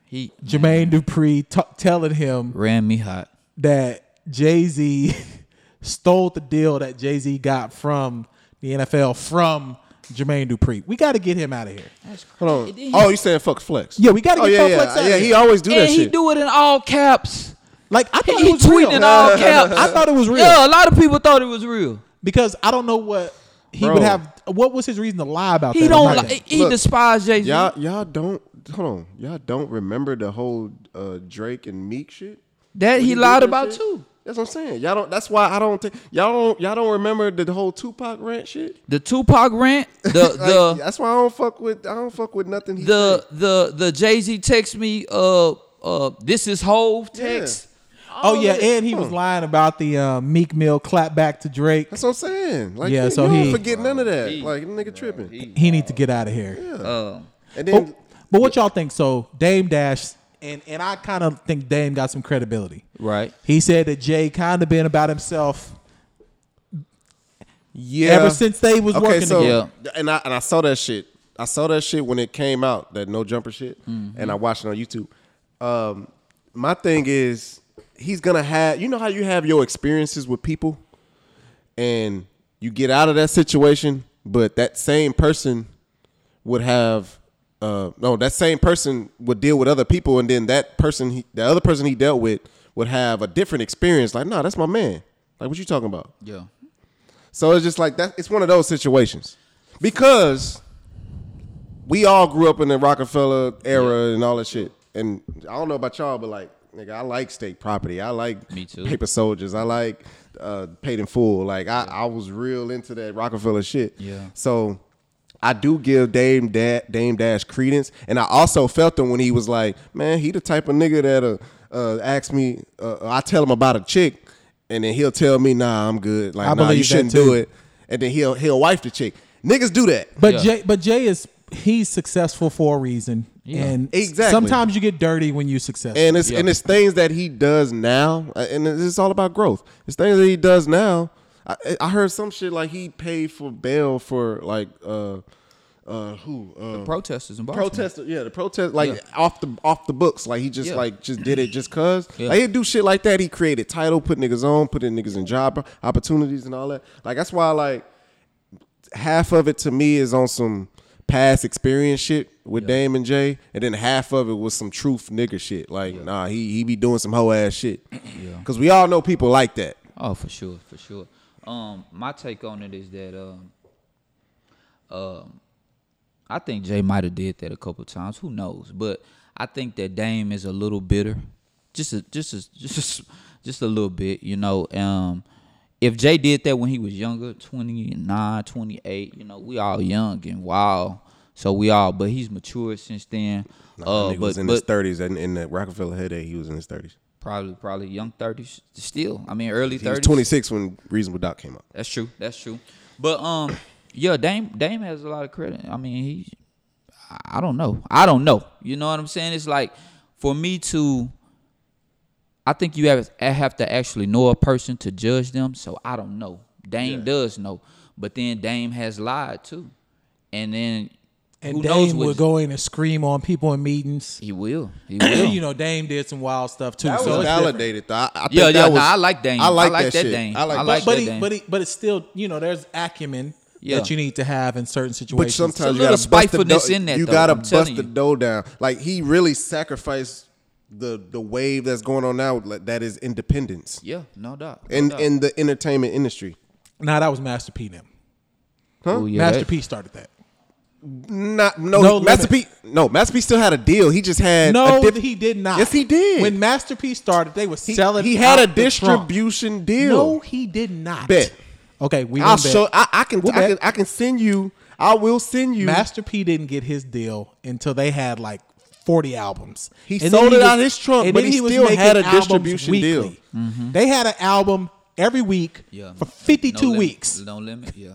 He Jermaine Dupree t- telling him ran me hot. that Jay Z stole the deal that Jay Z got from the NFL from Jermaine Dupree. We got to get him out of here. Hold on. Oh, you saying fuck flex? Yeah, we gotta oh, get yeah, Fuck yeah. Flex out of Yeah, here. he always do that and he shit. do it in all caps. Like I He, thought he it was real. tweeting in all caps. I thought it was real Yeah, a lot of people thought it was real. because I don't know what he Bro. would have. What was his reason to lie about? He that? don't. Like, Li- he Look, despised Jay Z. y'all, y'all don't. Hold on. Y'all don't remember the whole uh, Drake and Meek shit. That When he did lied that about shit? too. That's what I'm saying. Y'all don't. That's why I don't think y'all don't. Y'all don't remember the whole Tupac rant shit. The Tupac rant. The the Like, that's why I don't fuck with. I don't fuck with nothing. He the said. the the Jay Z text me uh uh this is Hove text. oh yeah, and he was lying about the uh, Meek Mill clap back to Drake. That's what I'm saying. Like, Yeah, yeah, so so you he- don't forget none of that. like, nigga tripping. He need to get out of here. and But, then but what y'all think? So Dame Dash and and I kind of think Dame got some credibility. Right. He said that Jay kind of been about himself yeah, ever since they was okay, working so together. together. and I and I saw that shit. I saw that shit when it came out, that no jumper shit, Mm-hmm. and I watched it on YouTube. Um, my thing is, he's gonna have. You know how you have your experiences with people, and you get out of that situation, but that same person would have. Uh, no, that same person would deal with other people, and then that person, he, the other person he dealt with, would have a different experience. Like, nah, that's my man. Like, what you talking about? Yeah. So it's just like that. It's one of those situations because we all grew up in the Rockefeller era and all that shit. And I don't know about y'all, but like, nigga, I like state property. I like Me too. paper soldiers. I like uh, paid in full. Like I, I was real into that Rockefeller shit. Yeah. So I do give Dame da- Dame Dash credence, and I also felt him when he was like, man, he the type of nigga that uh, uh ask me, uh, I tell him about a chick, and then he'll tell me, nah, I'm good. Like, I nah, believe you that shouldn't too. do it. And then he'll he'll wife the chick. Niggas do that. But Yeah. Jay, but Jay is he's successful for a reason, and s- Exactly. Sometimes you get dirty when you successful. and it's Yeah. and it's things that he does now, uh, and it's it's all about growth. It's things that he does now. I, I heard some shit like he paid for bail for like uh uh who uh, Protesters in Baltimore. protest yeah the protest like off the off the books like he just Yeah. like just did it just cause Yeah. like he do shit like that he created title put niggas on put in niggas in job opportunities and all that like that's why like half of it to me is on some past experience shit with Dame and Jay and then half of it was some truth nigga shit like nah he he be doing some hoe ass shit cause we all know people like that Oh, for sure, for sure. Um, my take on it is that um, um, I think Jay might have did that a couple times. Who knows? But I think that Dame is a little bitter, just a, just a, just a, s- just a little bit. You know, um, if Jay did that when he was younger, 29, 28, you know, we all young and wild. So we all, but he's matured since then. uh, That nigga but, was in but his 30s and in the Rockefeller headache he was in his 30s probably probably young thirties still. I mean, early he was thirties. 26 when Reasonable Doubt came out That's true. That's true. But um, yeah, Dame Dame has a lot of credit. I mean, he, I- I don't know. I don't know. You know what I'm saying? It's like for me to, I think you have I have to actually know a person to judge them. So I don't know. Dame does know, but then Dame has lied too, and then and who Dame knows would what go in and scream on people in meetings. he will. He will. you know, Dame did some wild stuff too. That so was it's different. validated though. I, I think Yeah, that yeah, was, nah, I like Dame. I like, I like that, that shit. Dame. I like, I that like shit. but that he, Dame. but he, but it's still you know there's acumen Yeah. that you need to have in certain But situations. sometimes you little gotta bust the spitefulness dough. in that, you though, gotta I'm bust telling the you. dough down. Like he really sacrificed the the wave that's going on now. like, That is independence yeah, no doubt. No in doubt. in the entertainment industry. nah, that was Master P. Them Ooh, Oh, yeah, that- Master P started that. Not no, No Master P. limit. No, Master P still had a deal. He just had No, a dif- he did not. Yes, he did. When Master P started, they were he, selling. he had out a the trunk. distribution deal. No, he did not. Bet. Okay, we I'll gonna bet. show. I, I can. We'll I bet. can. I can send you. I will send you. Master P didn't get his deal until they had like 40 albums. He And then sold it was- out his trunk, and but then he was still making had a albums distribution deal. weekly. They had an album every week Mm-hmm. yeah. for 52 No limit. weeks. No limit. Yeah.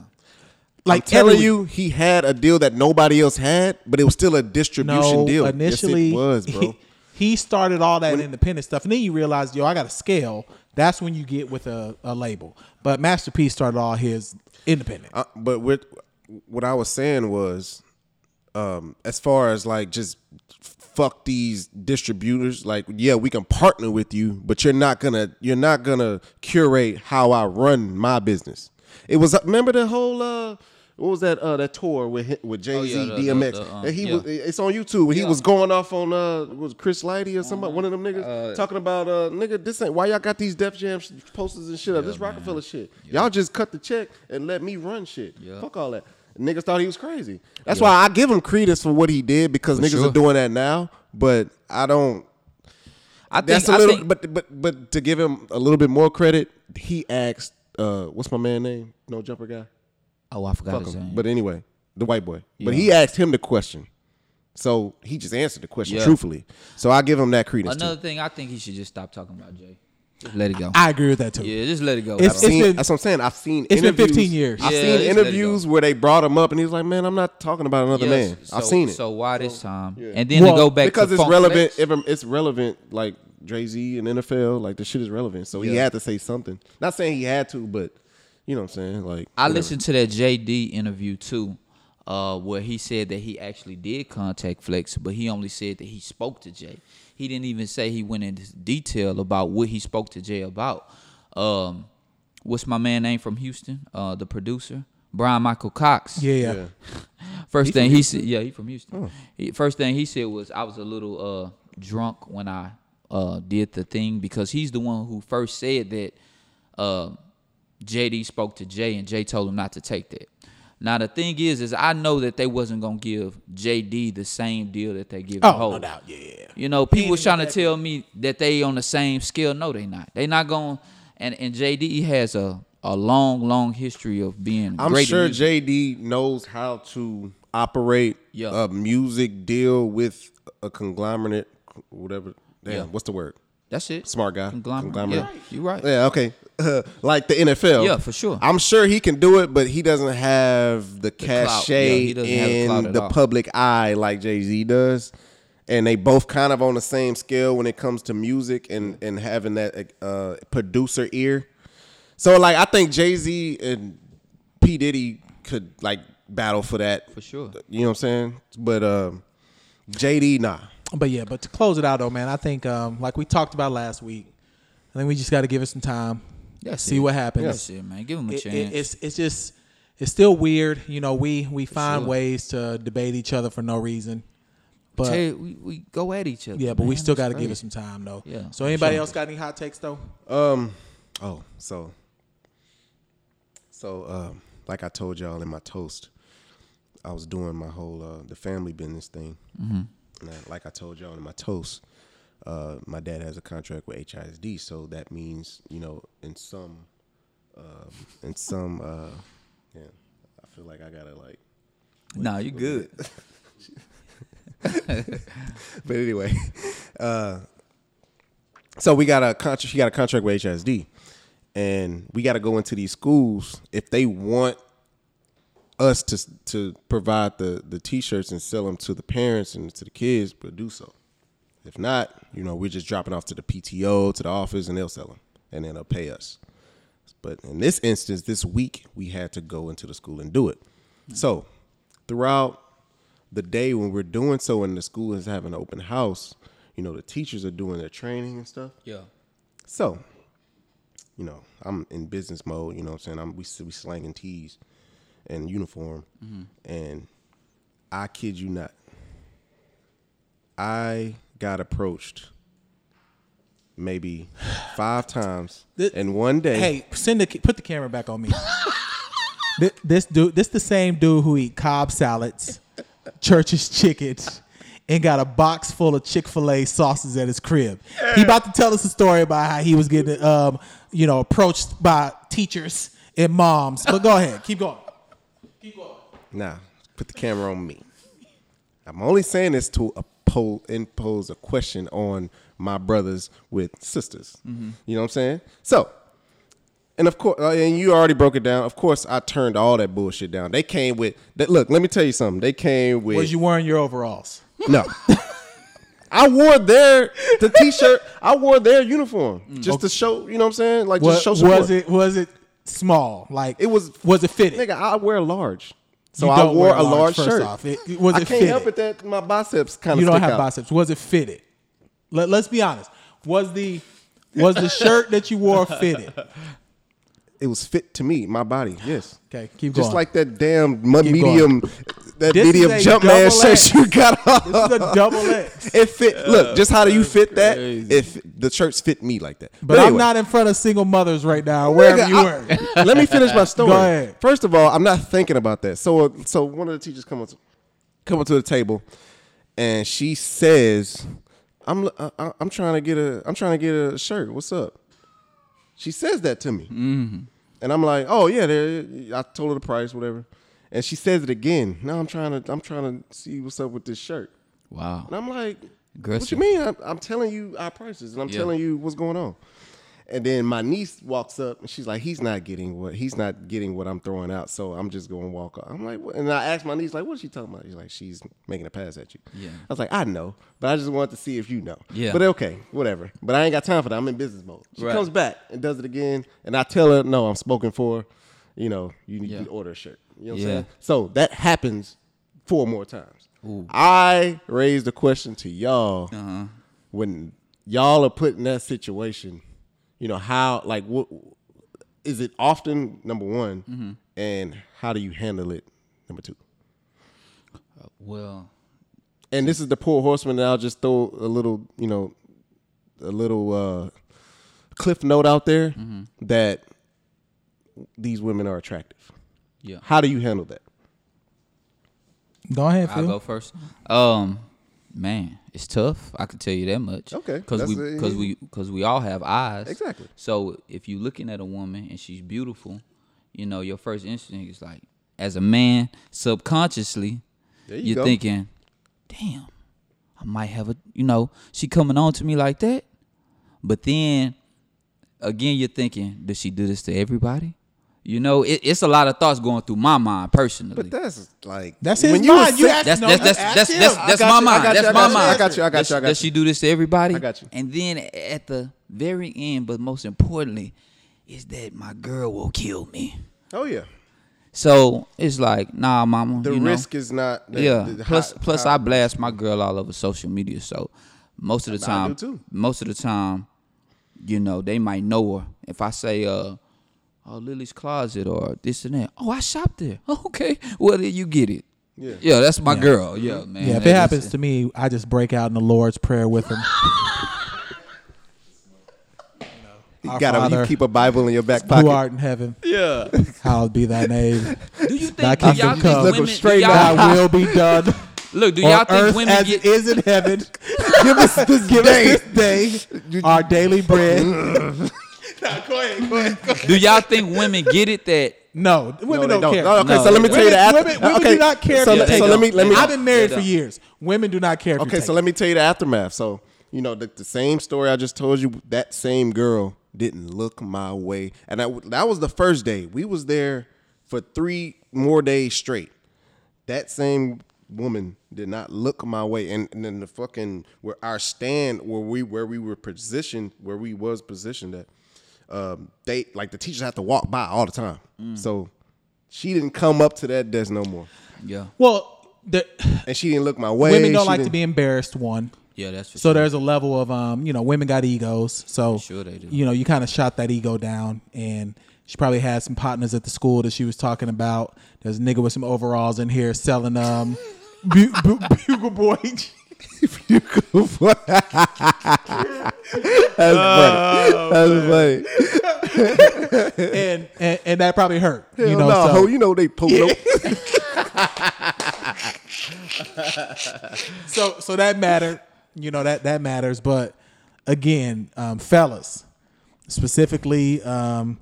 I'm Like telling every you, he had a deal that nobody else had, but it was still a distribution no, deal. Yes, initially it was, bro. He, he started all that independent stuff, and then you realize, yo, I got to scale. That's when you get with a, a label. But Master P started all his independent. Uh, but with what I was saying was, um, as far as like just fuck these distributors. Like, yeah, we can partner with you, but you're not gonna you're not gonna curate how I run my business. It was remember the whole uh. What was that uh that tour with hi- with Jay Z Oh, yeah, the- the- DMX? the, um, and he yeah. was it's on YouTube. He was going off on uh was Chris Lighty or Uh-huh. somebody one of them niggas talking about uh nigga this ain't why y'all got these Def Jam sh- posters and shit up this Rockefeller shit. Y'all just cut the check and let me run shit. Fuck all that. Niggas thought he was crazy. That's why I give him credence for what he did because niggas sure. are doing that now. But I don't. I think. That's a I little. think, but but but to give him a little bit more credit, he asked, uh, "What's my man name? No jumper guy." oh, I forgot Fuck his him. name. But anyway, the white boy. But he asked him the question, so he just answered the question Yeah. truthfully. So I give him that credence. Another too. thing, I think he should just stop talking about Jay. Just let it go. I agree with that too. yeah, just let it go. It's- bro. Seen- been- that's what I'm saying. I've seen. it's been interviews- 15 years. I've Yeah, seen just let it go. interviews where they brought him up, and he was like, "Man, I'm not talking about another Yes, man. I've so- seen it." So why this time? And then Well, to go back because to it's Funk relevant. Flex? If I'm- it's relevant, like Jay Z and NFL, like the shit is relevant. So he Yeah. had to say something. Not saying he had to, but you know what I'm saying. Like I whatever. listened to that JD interview too, uh, where he said that he actually did contact Flex, but he only said that he spoke to Jay. He didn't even say he went into detail about what he spoke to Jay about. Um, what's my man name from Houston? Uh, the producer, Brian Michael Cox. Yeah, yeah. First thing he said, yeah, he from Houston. He, first thing he said was, I was a little uh, drunk when I uh, did the thing because he's the one who first said that uh, JD spoke to Jay and Jay told him not to take that. Now the thing is, is I know that they wasn't gonna give JD the same deal that they give Oh, no Hov. doubt, yeah. You know, He people was didn't trying to tell me that they on the same scale. No, they not. They not going. And and JD has a a long, long history of being. I'm great at sure music. JD knows how to operate Yeah. a music deal with a conglomerate, whatever. Damn, Yeah. what's the word? That's it. Smart guy. Conglomerate. Yeah, you right. Yeah, okay. like the NFL. Yeah, for sure. I'm sure he can do it, but he doesn't have the, clout. Yeah, cachet he doesn't have the clout in at the all. public eye like Jay Z does. And they both kind of on the same scale when it comes to music and, and having that uh, producer ear. So like I think Jay Z and P Diddy could like battle for that For sure. You know what I'm saying? But um, JD, nah. But yeah, but to close it out though, man, I think um, like we talked about last week, I think we just got to give it some time. That's see it. what happens. That's it, man. Give him a It- chance. it- it's it's just it's still weird. You know, we we find sure. ways to debate each other for no reason. But Tell you, we, we go at each other. yeah, but we man. still got That's to give crazy. it some time though. Yeah, So for anybody sure. else got any hot takes though? Um, oh, so, so um, like I told y'all in my toast, I was doing my whole uh, the family business thing, and I, like I told y'all in my toast, uh, my dad has a contract with HISD, so that means you know in some, um, in some, uh, yeah, I feel like I gotta like Nah, you good. but anyway, uh, so we got a contract. She got a contract with HSD, and we got to go into these schools if they want us to to provide the the t-shirts and sell them to the parents and to the kids. But do so. If not, you know, we're just dropping off to the PTO to the office, and they'll sell them, and then they'll pay us. But in this instance, this week we had to go into the school and do it. So throughout the day when we're doing so and the school is having an open house, you know, the teachers are doing their training and stuff. Yeah. So, you know, I'm in business mode, you know what I'm saying? I'm we, we slanging tees and uniform. And I kid you not. I got approached maybe five times Th- in one day. Hey, send the put the camera back on me. Th- this dude, this the same dude who eat cob salads, church's chicken, and got a box full of Chick Fil A sauces at his crib. He about to tell us a story about how he was getting, um, you know, approached by teachers and moms. But go ahead, keep going. Keep going. Nah, put the camera on me. I'm only saying this to oppose, impose a question on my brothers with sisters. Mm-hmm. You know what I'm saying? So, and of course, and you already broke it down. Of course, I turned all that bullshit down. They came with that. Look, let me tell you something. They came with Was you wearing your overalls? no. I wore their the t-shirt. I wore their uniform just to show. You know what I'm saying? Like just What, show Mm. was support. it was it small? Like It was- was it fitted? Nigga, I wear large. So You I don't wore wear a large, first shirt. off. It- it- was I it can't fitted? help it that my biceps kind of you don't stick have out. biceps. Was it fitted? Let, let's be honest. Was the was the shirt that you wore fitted? It was fit to me, my body. Yes. Okay, keep Just going. like that damn mu- Keep medium, that This medium is a jump man double X. shirt you got This is on. a double X. It fit. Look, just how do you fit that? If the shirts fit me like that, But I'm anyway. not in front of single mothers right now. Wherever Nigga, you I- were, Let me finish my story. Go ahead. First of all, I'm not thinking about that. So, uh, so one of the teachers come up to, come up to the table, and she says, "I'm l- I, am trying to get a I'm trying to get a shirt. What's up?" She says that to me, Mm-hmm. and I'm like, "Oh yeah, there." I told her the price, whatever, and she says it again. Now I'm trying to I'm trying to see what's up with this shirt, Wow. and I'm like, "What you Aggressive. mean? I'm, I'm telling you our prices, and I'm Yeah. telling you what's going on." And then my niece walks up and she's like, "He's not getting what he's not getting what I'm throwing out, so I'm just going to walk off." I'm like, what? and I asked my niece like, "What's she talking about?" She's like, "She's making a pass at you." Yeah. I was like, "I know, but I just wanted to see if you know." Yeah. But okay, whatever. But I ain't got time for that. I'm in business mode. She Right. comes back and does it again, and I tell her, "No, I'm spoken for. You know, you need Yeah. to order a shirt." You know what Yeah. I'm saying? So that happens four more times. I raised a question to y'all when y'all are put in that situation, you know, how like what is it often number one, and how do you handle it number two? Well, And this is the poor horseman that I'll just throw a little, you know, a little uh, cliff note out there that these women are attractive. yeah. How do you handle that? Go ahead, I'll Phil. go first. Um, man, it's tough. I can tell you that much. Okay, because that's we it. because we because we all have eyes. Exactly. So if you're looking at a woman and she's beautiful, you know your first instinct is like, as a man, subconsciously, There you you're go. thinking, damn, I might have a you know she coming on to me like that, but then again you're thinking, does she do this to everybody? You know, it, it's a lot of thoughts going through my mind personally. But that's like That's his when you mind. You accept- asked- That's No, that's that's that's that's him. that's, I that's got you, my I mind. got you, That's I my got you, I got you, I mind. got you, I Does- got Does you. she do this to everybody? I got you. And then at the very end, but most importantly, is that my girl will kill me. Oh yeah, So it's like, nah, mama. the you know? risk is not. The, yeah. the plus, high- plus, high- I blast my girl all over social media. So most of the I time, do too. most of the time, you know, they might know her. If I say, uh, oh, Lily's closet or this and that. Oh, I shopped there. Oh, okay. Well, then you get it. Yeah. Yeah, that's my girl. Yeah, man. yeah, if Hey, it happens listen. to me, I just break out in the Lord's prayer with him. you Our got a, Father, you keep a Bible in your back who pocket. art in heaven, Yeah. hallowed be thy name. Do you think Thy do kingdom y'all think Look come. women him do straight y'all- in Thy will be done Look, do y'all on think earth women as get it is in heaven. Give us this Give day. us this day our daily bread. do y'all think women get it that No, women they don't, care. Oh, okay, so No, let they me don't. tell you the Women, after. women, women okay, do not care. So, if you let- they take so let don't. me let me. I've been married They for don't. years. Women do not care. If Okay, you so take let me tell you the aftermath. So, you know, the, the same story I just told you, that same girl didn't look my way. And I, that was the first day. We was there for three more days straight. That same woman did not look my way. And, and then the fucking where our stand where we where we were positioned, where we was positioned at, um, they like the teachers have to walk by all the time. Mm. So she didn't come up to that desk no more. Yeah. Well, the, And she didn't look my way. women don't She like to didn't- be embarrassed. One. Yeah, that's for So sure. there's a level of um, you know, women got egos. So Sure they do. You know, you kind of shot that ego down, and she probably had some partners at the school that she was talking about. There's a nigga with some overalls in here selling um, bu- bu- bugle boy. That's Oh, funny. That's funny. and, and and that probably hurt. you know, no, so- ho, you know they pull up. so so that mattered. You know that that matters. But again, um, fellas, specifically um,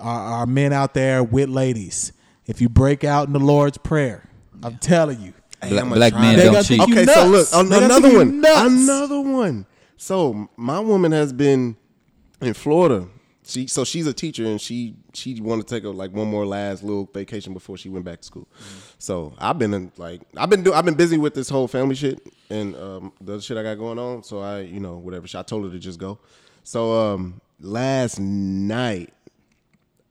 our, our men out there with ladies, if you break out in the Lord's prayer, I'm telling you, Black, black men They don't gotta cheat. think you- Okay, so look, nuts. an- They gotta another take you one, nuts. another one. So my woman has been in Florida. She so she's a teacher and she she wanted to take a, like one more last little vacation before she went back to school. Mm-hmm. So I've been in, like I've been do, I've been busy with this whole family shit and um, the other shit I got going on. So I you know whatever. I told her to just go. So um, last night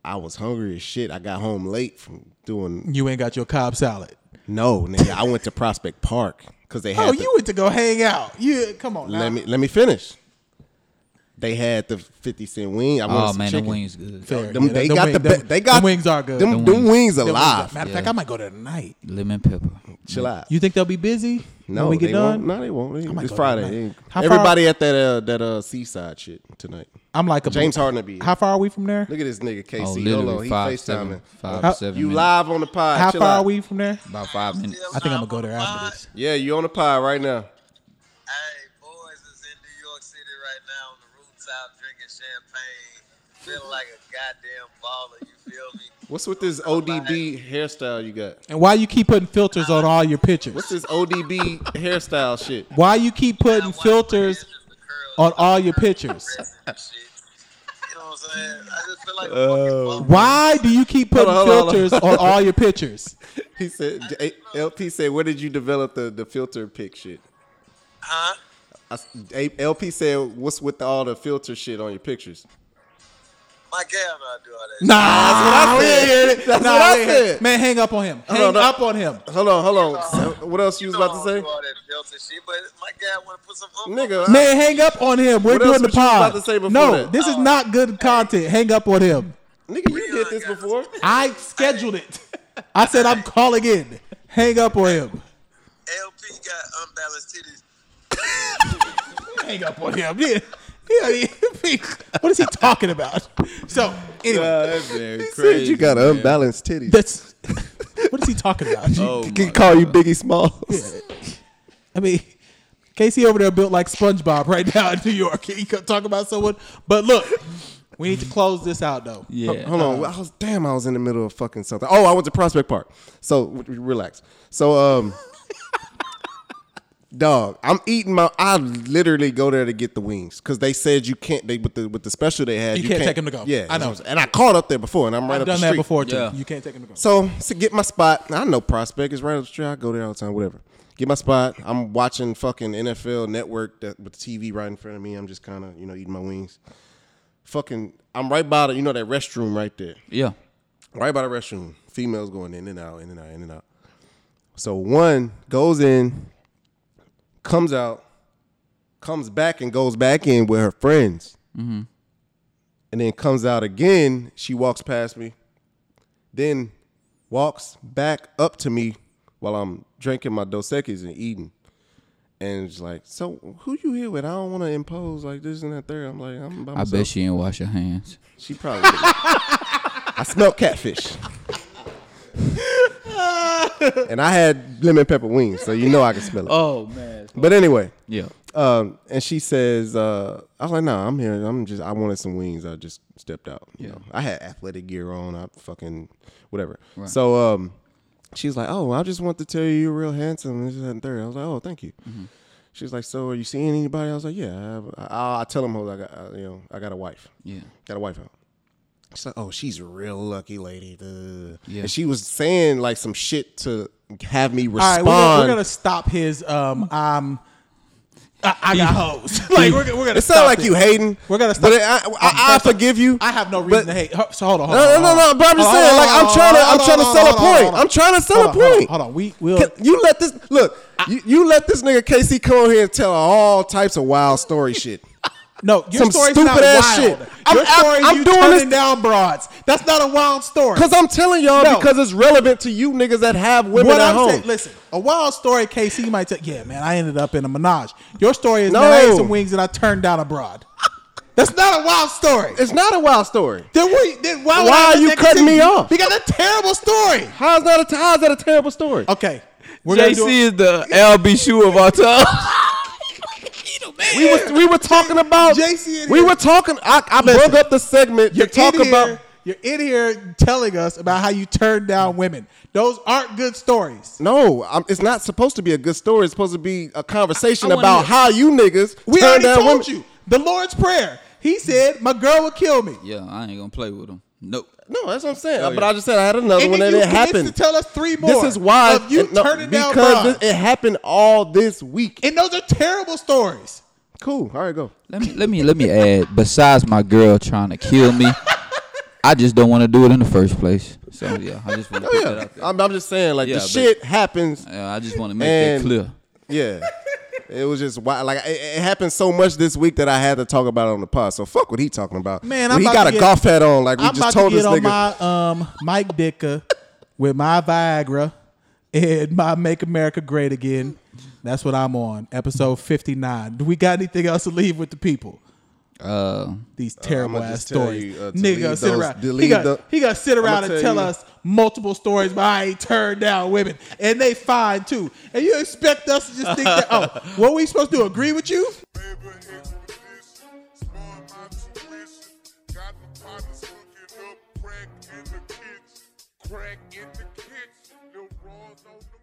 I was hungry as shit. I got home late from doing you ain't got your cob salad. No, nigga, I went to Prospect Park because they had. Oh, the- you went to go hang out. You come on. let now. me let me finish. They had the fifty cent wing. I wanted Oh some man, the chicken. wings good. Fair. Them- Yeah, they them got wing- the them- be- they got them wings are good. Them, Them them, wings- wings Them wings alive. are- Matter of fact, I might go there tonight. Lemon pepper. Chill out. You think they'll be busy no, when we get they won't. done? No, they won't. They- might It's go Friday. tonight. They- How far- Everybody at that uh, that uh, seaside shit tonight. I'm like a James Harden will be. here. How far are we from there? Look at this nigga KC. Oh, Hold on, literally he five, FaceTiming. seven, five, How- seven. you minutes. live on the pod. How Chill far out. are we from there? About five minutes. I think I'm gonna go there after this. Yeah, you on the pod right now. Hey, boys is in New York City right now on the rooftop drinking champagne, feeling like a goddamn baller. You feel me? What's with this ODB hairstyle you got? And why you keep putting filters on all your pictures? What's this ODB hairstyle shit? Why you keep I putting watch my filters hands with the curls on and all Uh, your pictures? the shit. You know what I'm saying? I just feel like a Oh, fucking baller. Why do you keep putting Hold on, hold on, filters on all your pictures? He said, J- LP said, where did you develop the, the filter pick shit? Huh? I s- A- LP said, what's with all the filter shit on your pictures? My gal know I do all that. shit. Ah, Nah, That's what I said. Man, hang up on him. Hang on, no. up on him. Hold on, hold on. So, what else you was You know about to I don't say? do all that filter shit, but my gal want to put some. Nigga, I- Man, hang up on him. We're What doing else the was you about pod. to say before no, that? this is not good content. Hang up on him. nigga, you did this before. I scheduled it. I said I'm calling in. Hang up on him. LP got unbalanced titties. Hang up on him. Yeah. Yeah, yeah. What is he talking about? So anyway, that's very crazy. you got unbalanced titties. that's What is he talking about? Oh, He can call you Biggie Smalls. I mean, Casey over there built like SpongeBob right now in New York. He could talk about someone. But look, we need to close this out though. Yeah. Oh, Hold Um, on. I was damn. I was in the middle of fucking something. Oh, I went to Prospect Park. So w- w- relax. So um, dog, I'm eating my. I literally go there to get the wings because they said you can't. They with the with the special they had. You can't take 'em to go. Yeah, I that's what know. I'm saying. And I called up there before, and I'm right I've up done the that street. before too. Yeah. You can't take him to go. So to get my spot, I know Prospect is right up the street. I go there all the time, whatever. Get my spot. I'm watching fucking NFL Network that, with the TV right in front of me. I'm just kind of you know eating my wings. Fucking, I'm right by the you know that restroom right there Yeah. right by the restroom. Females going in and out, in and out, in and out. So one goes in, comes out, comes back and goes back in with her friends, Mm-hmm. and then comes out again. She walks past me, then walks back up to me while I'm drinking my Dos Equis and eating. And she's like, so who you here with? I don't want to impose like this and that there. I'm like, I'm by I myself. bet she didn't wash her hands. She probably. did. I smelled catfish. and I had lemon pepper wings, so you know I can smell it. Oh man. But anyway, Yeah. um, and she says, uh, I was like, no, I'm here. I'm just, I wanted some wings. I just stepped out. You know, I had athletic gear on. I fucking, whatever. So um, she's like, oh, I just want to tell you you're real handsome. This is that, and third. I was like, oh, thank you. She's like, so are you seeing anybody? I was like, yeah. I, have, I, I tell them, I got, I, you know, I got a wife. Yeah. Got a wife out. She's like, oh, she's a real lucky lady. duh." Yeah. And she was saying like some shit to have me All right, respond. we're gonna, we're gonna stop his um um. I, I got hoes. like we're, gonna- we're gonna. It sounds stop like it. you hating. We're gonna stop. But it, I, I, I forgive you. I have no reason but- to hate. Ho- So hold on. Hold No, no, on, no, hold no. on. But I'm just Hold on, saying, like, hold on, I'm trying to, I'm hold on, trying to hold sell a on, hold on, point. hold on. I'm trying to sell Hold a on, hold on, point. Hold on. We will. Can- You let this look. You, you let this nigga KC come over here and tell all types of wild story shit. No, your Some story's stupid not ass wild. shit. I'm- Your I'm- story, I'm you doing turning this- down broads. That's not a wild story. Cause I'm telling y'all No. because it's relevant to you niggas that have women what at I'm home. saying, listen, a wild story, KC might tell. Yeah, man, I ended up in a menage. Your story is No. man, I ate some wings and I turned down a broad. That's not a wild story. it's not a wild story. Then we, then why would Why I let are you that cutting continue? me off? Because that's a terrible story. How's that? A, how's that a terrible story? Okay, we're gonna do. JC it. is the LB shoe of our time. We were we were talking about JC in We here. were talking. I, I Listen. brought up the segment You're to talk in here, about. You're in here telling us about how you turned down women. Those aren't good stories. No, i it's not supposed to be a good story. It's supposed to be a conversation I wanna about hear- how you niggas We turn already down women. told you the Lord's prayer. He said, "My girl will kill me." Yeah, I ain't gonna play with him. Nope. No, that's what I'm saying. but I just said I had another Oh, And one then that you it commits happened. To tell us three more. this is why of you no, turning down because broads. this- it happened all this week. and those are terrible stories. cool. All right, go. Let me let me let me add. Besides my girl trying to kill me, I just don't want to do it in the first place. So yeah, I just want to Oh put that yeah, out there. I'm, I'm just saying like Yeah, the but- shit happens. Yeah, I just want to make And- that clear. Yeah. It was just wild. like it, it happened so much this week that I had to talk about it on the pod. So fuck what he talking about. Man, When I'm he about got to a get- golf hat on. Like we I'm just about to told this get on nigga. my um, Mike Dicker with my Viagra and my Make America Great Again. That's what I'm on. Episode 59. Do we got anything else to leave with the people? Uh, These terrible I'ma ass just tell stories. you, uh, to Nigga leave gonna sit those- around. to He leave got the- he gonna sit I'ma around and tell tell you- us multiple stories about how he turned down women. And they fine too. And you expect us to just think that oh, what we supposed to agree with you? Labor intuition, small my tuition. Got my partners hooking up, crack in the kitchen, crack in the kitchen. Lil' Raw's on the